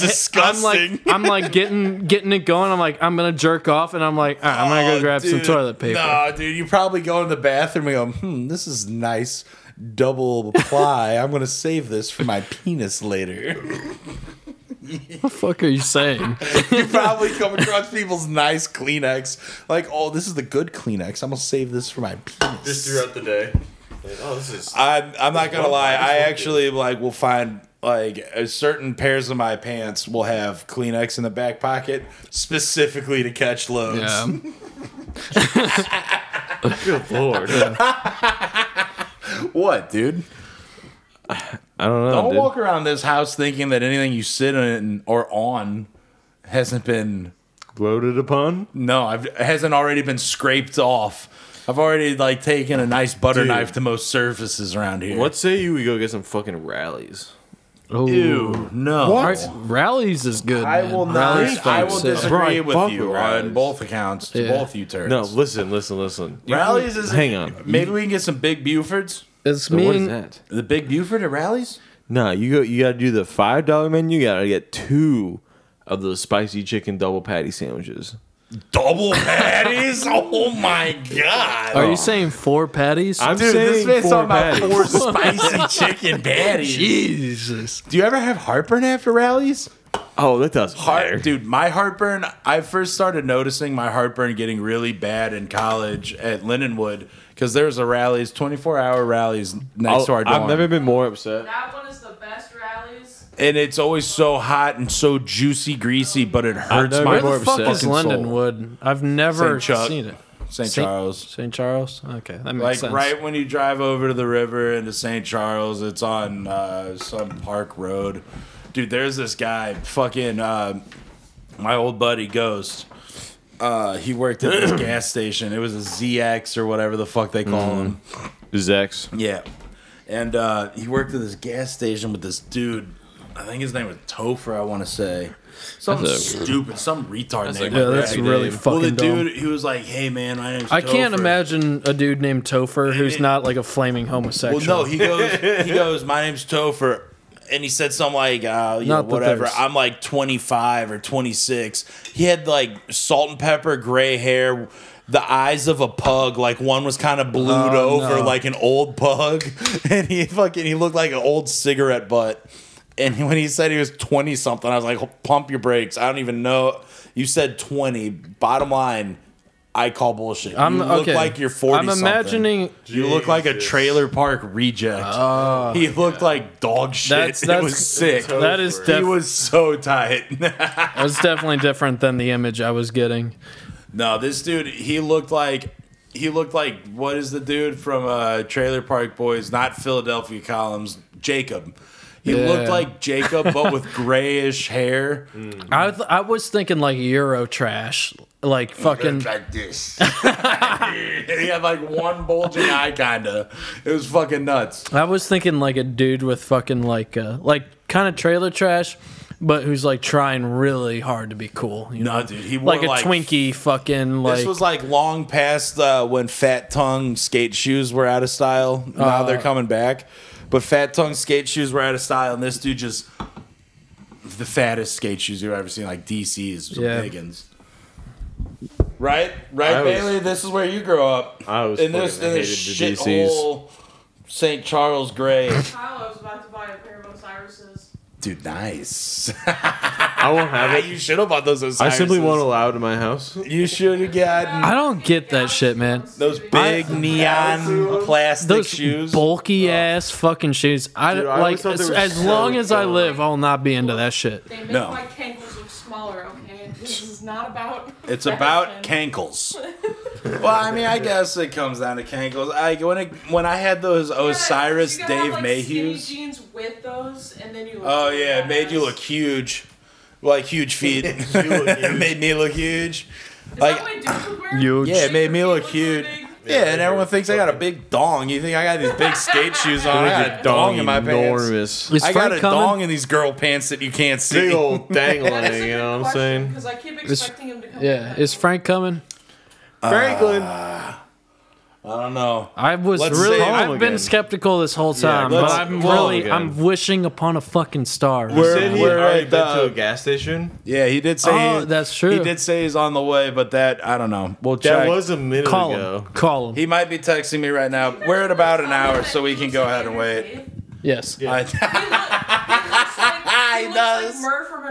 [SPEAKER 1] I'm
[SPEAKER 2] disgusting.
[SPEAKER 1] like I'm like getting getting it going. I'm like I'm gonna jerk off, and I'm like all right, I'm gonna go
[SPEAKER 2] Oh,
[SPEAKER 1] grab some
[SPEAKER 2] dude.
[SPEAKER 1] toilet paper.
[SPEAKER 2] Nah, dude, you probably go in the bathroom and go, hmm, this is nice double ply. I'm gonna save this for my penis later.
[SPEAKER 1] What the fuck are you saying?
[SPEAKER 2] you probably come across people's nice Kleenex, like, oh, this is the good Kleenex. I'm gonna save this for my penis.
[SPEAKER 3] Just throughout the day. Like, oh, this is.
[SPEAKER 2] I'm, I'm not gonna lie.
[SPEAKER 3] Just one
[SPEAKER 2] I
[SPEAKER 3] dude.
[SPEAKER 2] actually like will find like a certain pairs of my pants will have Kleenex in the back pocket specifically to catch loads.
[SPEAKER 1] Yeah.
[SPEAKER 3] Good lord.
[SPEAKER 2] What, dude?
[SPEAKER 3] I don't know.
[SPEAKER 2] Don't
[SPEAKER 3] dude.
[SPEAKER 2] walk around this house thinking that anything you sit in or on hasn't been
[SPEAKER 3] Loaded upon?
[SPEAKER 2] no, I've, hasn't already been scraped off. I've already like taken a nice butter
[SPEAKER 3] Dude.
[SPEAKER 2] knife to most surfaces around here.
[SPEAKER 3] Let's say you we go get some fucking rallies.
[SPEAKER 1] Oh.
[SPEAKER 2] Ew, no.
[SPEAKER 1] Alright, Rallies is good.
[SPEAKER 2] I
[SPEAKER 1] man.
[SPEAKER 2] will not.
[SPEAKER 1] Rallies
[SPEAKER 2] I
[SPEAKER 1] fucking
[SPEAKER 2] will
[SPEAKER 1] sick.
[SPEAKER 3] dis- Bro, I
[SPEAKER 2] disagree
[SPEAKER 3] fuck
[SPEAKER 2] with you
[SPEAKER 3] with
[SPEAKER 2] on
[SPEAKER 3] rallies.
[SPEAKER 2] both accounts. to
[SPEAKER 1] Yeah.
[SPEAKER 2] Both you turds.
[SPEAKER 3] No, listen, listen, listen. You-
[SPEAKER 2] Rallies is
[SPEAKER 3] Hang on.
[SPEAKER 2] Maybe we can get some big Bufords.
[SPEAKER 1] It's
[SPEAKER 3] So
[SPEAKER 1] me.
[SPEAKER 3] what is
[SPEAKER 1] and-
[SPEAKER 3] that?
[SPEAKER 2] The big Buford at rallies?
[SPEAKER 3] No, you go. You gotta do the five dollar menu. You gotta get two of those spicy chicken double patty sandwiches.
[SPEAKER 2] Double patties? oh my god.
[SPEAKER 1] Are you saying four patties?
[SPEAKER 3] I'm
[SPEAKER 2] Dude, this
[SPEAKER 3] saying
[SPEAKER 2] man's
[SPEAKER 3] four
[SPEAKER 2] talking about
[SPEAKER 3] patties.
[SPEAKER 2] four spicy chicken patties.
[SPEAKER 1] Jesus.
[SPEAKER 2] Do you ever have heartburn after rallies?
[SPEAKER 3] Oh, that does
[SPEAKER 2] Heart,
[SPEAKER 3] matter.
[SPEAKER 2] dude, my heartburn. I first started noticing my heartburn getting really bad in college at Lindenwood because there was a rallies, twenty four hour rallies next
[SPEAKER 3] I'll-
[SPEAKER 2] to our dorm,
[SPEAKER 3] Oh, I've never been more upset.
[SPEAKER 4] That one is the best rallies.
[SPEAKER 2] and it's always so hot and so juicy, greasy, but it hurts
[SPEAKER 3] never
[SPEAKER 2] my
[SPEAKER 3] been more
[SPEAKER 1] Where the fuck
[SPEAKER 2] fucking
[SPEAKER 1] is
[SPEAKER 2] soul.
[SPEAKER 1] Lindenwood? I've never
[SPEAKER 2] St. Chuck.
[SPEAKER 1] seen it.
[SPEAKER 2] St.
[SPEAKER 1] St.
[SPEAKER 2] Charles.
[SPEAKER 1] St. Charles? Okay, that makes
[SPEAKER 2] Like
[SPEAKER 1] sense.
[SPEAKER 2] right when you drive over to the river into St. Charles, it's on uh, some park road. Dude, there's this guy, fucking uh, my old buddy Ghost. Uh, he worked at this gas station. It was a ZX or whatever the fuck they call him.
[SPEAKER 3] Zex.
[SPEAKER 2] Yeah. And uh, he worked at this gas station with this dude. I think his name was Topher, I want to say. Something
[SPEAKER 3] That's a-
[SPEAKER 2] stupid, some retard name.
[SPEAKER 1] yeah,
[SPEAKER 2] like
[SPEAKER 1] that's
[SPEAKER 2] that.
[SPEAKER 1] really
[SPEAKER 3] Well,
[SPEAKER 1] fucking
[SPEAKER 2] Well, the
[SPEAKER 1] dumb.
[SPEAKER 2] dude, he was like, "Hey, man, my name's."
[SPEAKER 1] I can't
[SPEAKER 2] Topher."
[SPEAKER 1] imagine a dude named Topher who's
[SPEAKER 2] it-
[SPEAKER 1] not like a flaming homosexual.
[SPEAKER 2] Well, no, he goes. He goes. My name's Topher, and he said something like, uh, you know,
[SPEAKER 1] Not that
[SPEAKER 2] whatever.
[SPEAKER 1] there's-
[SPEAKER 2] I'm like 25 or 26. He had like salt and pepper, gray hair, the eyes of a pug. Like one was kind of blued
[SPEAKER 1] Oh,
[SPEAKER 2] over,
[SPEAKER 1] no.
[SPEAKER 2] like an old pug, and he fucking he looked like an old cigarette butt. And when he said he was 20 something, I was like, pump your brakes. I don't even know. You said 20. Bottom line. I call bullshit. You
[SPEAKER 1] I'm-
[SPEAKER 2] look
[SPEAKER 1] okay.
[SPEAKER 2] like you're 40
[SPEAKER 1] I'm imagining-
[SPEAKER 2] You look like a
[SPEAKER 3] Jesus.
[SPEAKER 2] trailer park reject. he looked like dog shit.
[SPEAKER 1] That's-
[SPEAKER 2] it
[SPEAKER 1] that's-
[SPEAKER 2] was sick.
[SPEAKER 1] that is
[SPEAKER 2] He
[SPEAKER 1] def-
[SPEAKER 2] was so tight.
[SPEAKER 1] that's definitely different than the image I was getting.
[SPEAKER 2] no, this dude, he looked like he looked like what is the dude from uh, Trailer Park Boys, not Philadelphia Columns, Jacob. He
[SPEAKER 1] Yeah. Mm.
[SPEAKER 2] looked like Jacob, but with grayish hair.
[SPEAKER 1] I th- I was thinking like Euro trash, like fucking.
[SPEAKER 2] like this. he had like one bulging eye, kinda. It was fucking nuts.
[SPEAKER 1] I was thinking like a dude with fucking like uh, like kind of trailer trash, but who's like trying really hard to be cool. You know,
[SPEAKER 2] No, dude, he wore
[SPEAKER 1] like
[SPEAKER 2] like,
[SPEAKER 1] a Twinkie, fucking like.
[SPEAKER 2] This was like long past uh, when fat tongue skate shoes were out of
[SPEAKER 3] Uh-huh.
[SPEAKER 2] style. Now they're coming back, but fat tongue skate shoes were out of style, and this dude just the fattest skate shoes you've ever seen, like DC's, some
[SPEAKER 1] Yeah.
[SPEAKER 2] Higgins. Right, right,
[SPEAKER 3] I was-
[SPEAKER 2] Bailey. This is where you grow up.
[SPEAKER 3] I was
[SPEAKER 2] in this in
[SPEAKER 3] fucking
[SPEAKER 2] this
[SPEAKER 3] hated the DCs.
[SPEAKER 2] shithole St. Charles Gray.
[SPEAKER 4] Kyle, I was about to buy a pair of Osiris's.
[SPEAKER 2] Dude, nice.
[SPEAKER 3] I won't have it.
[SPEAKER 2] you should have bought those. Osiris's.
[SPEAKER 3] I simply won't allow it in my house.
[SPEAKER 2] You should have gotten
[SPEAKER 1] I don't get that shit, man.
[SPEAKER 2] those big neon plastic
[SPEAKER 1] Those
[SPEAKER 2] shoes.
[SPEAKER 1] bulky ass fucking shoes. I
[SPEAKER 3] Dude, I always
[SPEAKER 1] like
[SPEAKER 3] thought
[SPEAKER 1] as,
[SPEAKER 3] they were
[SPEAKER 1] as
[SPEAKER 3] so
[SPEAKER 1] long as I
[SPEAKER 3] dumb.
[SPEAKER 1] live, I'll not be into that shit.
[SPEAKER 4] They make
[SPEAKER 2] No.
[SPEAKER 4] my cankles look smaller, okay? This is not about.
[SPEAKER 2] It's about
[SPEAKER 4] fashion.
[SPEAKER 2] cankles. well, I mean, I guess it comes down to cankles. I when I, when I had those
[SPEAKER 4] Yeah,
[SPEAKER 2] Osiris
[SPEAKER 4] you gotta
[SPEAKER 2] Oh,
[SPEAKER 4] have,
[SPEAKER 2] Dave
[SPEAKER 4] like,
[SPEAKER 2] Mayhews.
[SPEAKER 4] Skinny jeans with those, and then you. Look
[SPEAKER 2] Oh yeah, it made you
[SPEAKER 4] badass.
[SPEAKER 2] look huge, like huge feet.
[SPEAKER 3] look
[SPEAKER 2] it
[SPEAKER 3] huge.
[SPEAKER 2] made me look huge.
[SPEAKER 4] Is
[SPEAKER 2] Like
[SPEAKER 4] that what dudes would wear?
[SPEAKER 1] Huge.
[SPEAKER 2] yeah, it made me
[SPEAKER 4] Your
[SPEAKER 2] look
[SPEAKER 4] feet
[SPEAKER 2] huge.
[SPEAKER 4] look big.
[SPEAKER 2] Yeah, and everyone thinks I got a big dong. You think I got these big skate shoes on? I got a dong in my pants.
[SPEAKER 3] enormous.
[SPEAKER 1] Is
[SPEAKER 2] I got
[SPEAKER 1] Frank
[SPEAKER 2] a
[SPEAKER 1] coming?
[SPEAKER 2] dong in these girl pants that you can't see.
[SPEAKER 3] Big old
[SPEAKER 4] That is a
[SPEAKER 3] dangling,
[SPEAKER 4] good
[SPEAKER 3] you know what I'm
[SPEAKER 4] question,
[SPEAKER 3] saying?
[SPEAKER 4] 'cause I keep
[SPEAKER 1] Is-
[SPEAKER 4] expecting him to come.
[SPEAKER 1] Yeah,
[SPEAKER 4] back.
[SPEAKER 1] is Frank coming?
[SPEAKER 3] Franklin.
[SPEAKER 4] Uh,
[SPEAKER 2] I don't know.
[SPEAKER 1] I was
[SPEAKER 2] Let's
[SPEAKER 1] really.
[SPEAKER 2] see him
[SPEAKER 1] I've been
[SPEAKER 3] again.
[SPEAKER 1] skeptical this whole time, but
[SPEAKER 2] let's
[SPEAKER 1] I'm
[SPEAKER 3] call him
[SPEAKER 1] really.
[SPEAKER 3] again.
[SPEAKER 1] I'm wishing upon a fucking star.
[SPEAKER 3] You
[SPEAKER 2] We're-
[SPEAKER 3] said he had
[SPEAKER 2] we're
[SPEAKER 3] already
[SPEAKER 2] at
[SPEAKER 3] been
[SPEAKER 2] the-
[SPEAKER 3] to a gas station.
[SPEAKER 2] Yeah, he did say.
[SPEAKER 1] Oh,
[SPEAKER 2] he-
[SPEAKER 1] that's true.
[SPEAKER 2] He did say he's on the way, but that I don't know. We'll check.
[SPEAKER 3] That was a minute
[SPEAKER 1] call
[SPEAKER 3] ago.
[SPEAKER 1] him. Call him.
[SPEAKER 2] He might be texting me right now. We're at about an hour, so we can go ahead and wait.
[SPEAKER 4] He,
[SPEAKER 1] yes.
[SPEAKER 2] I-
[SPEAKER 4] look, he looks like, he
[SPEAKER 2] He
[SPEAKER 4] looks
[SPEAKER 2] does.
[SPEAKER 4] Like Murph from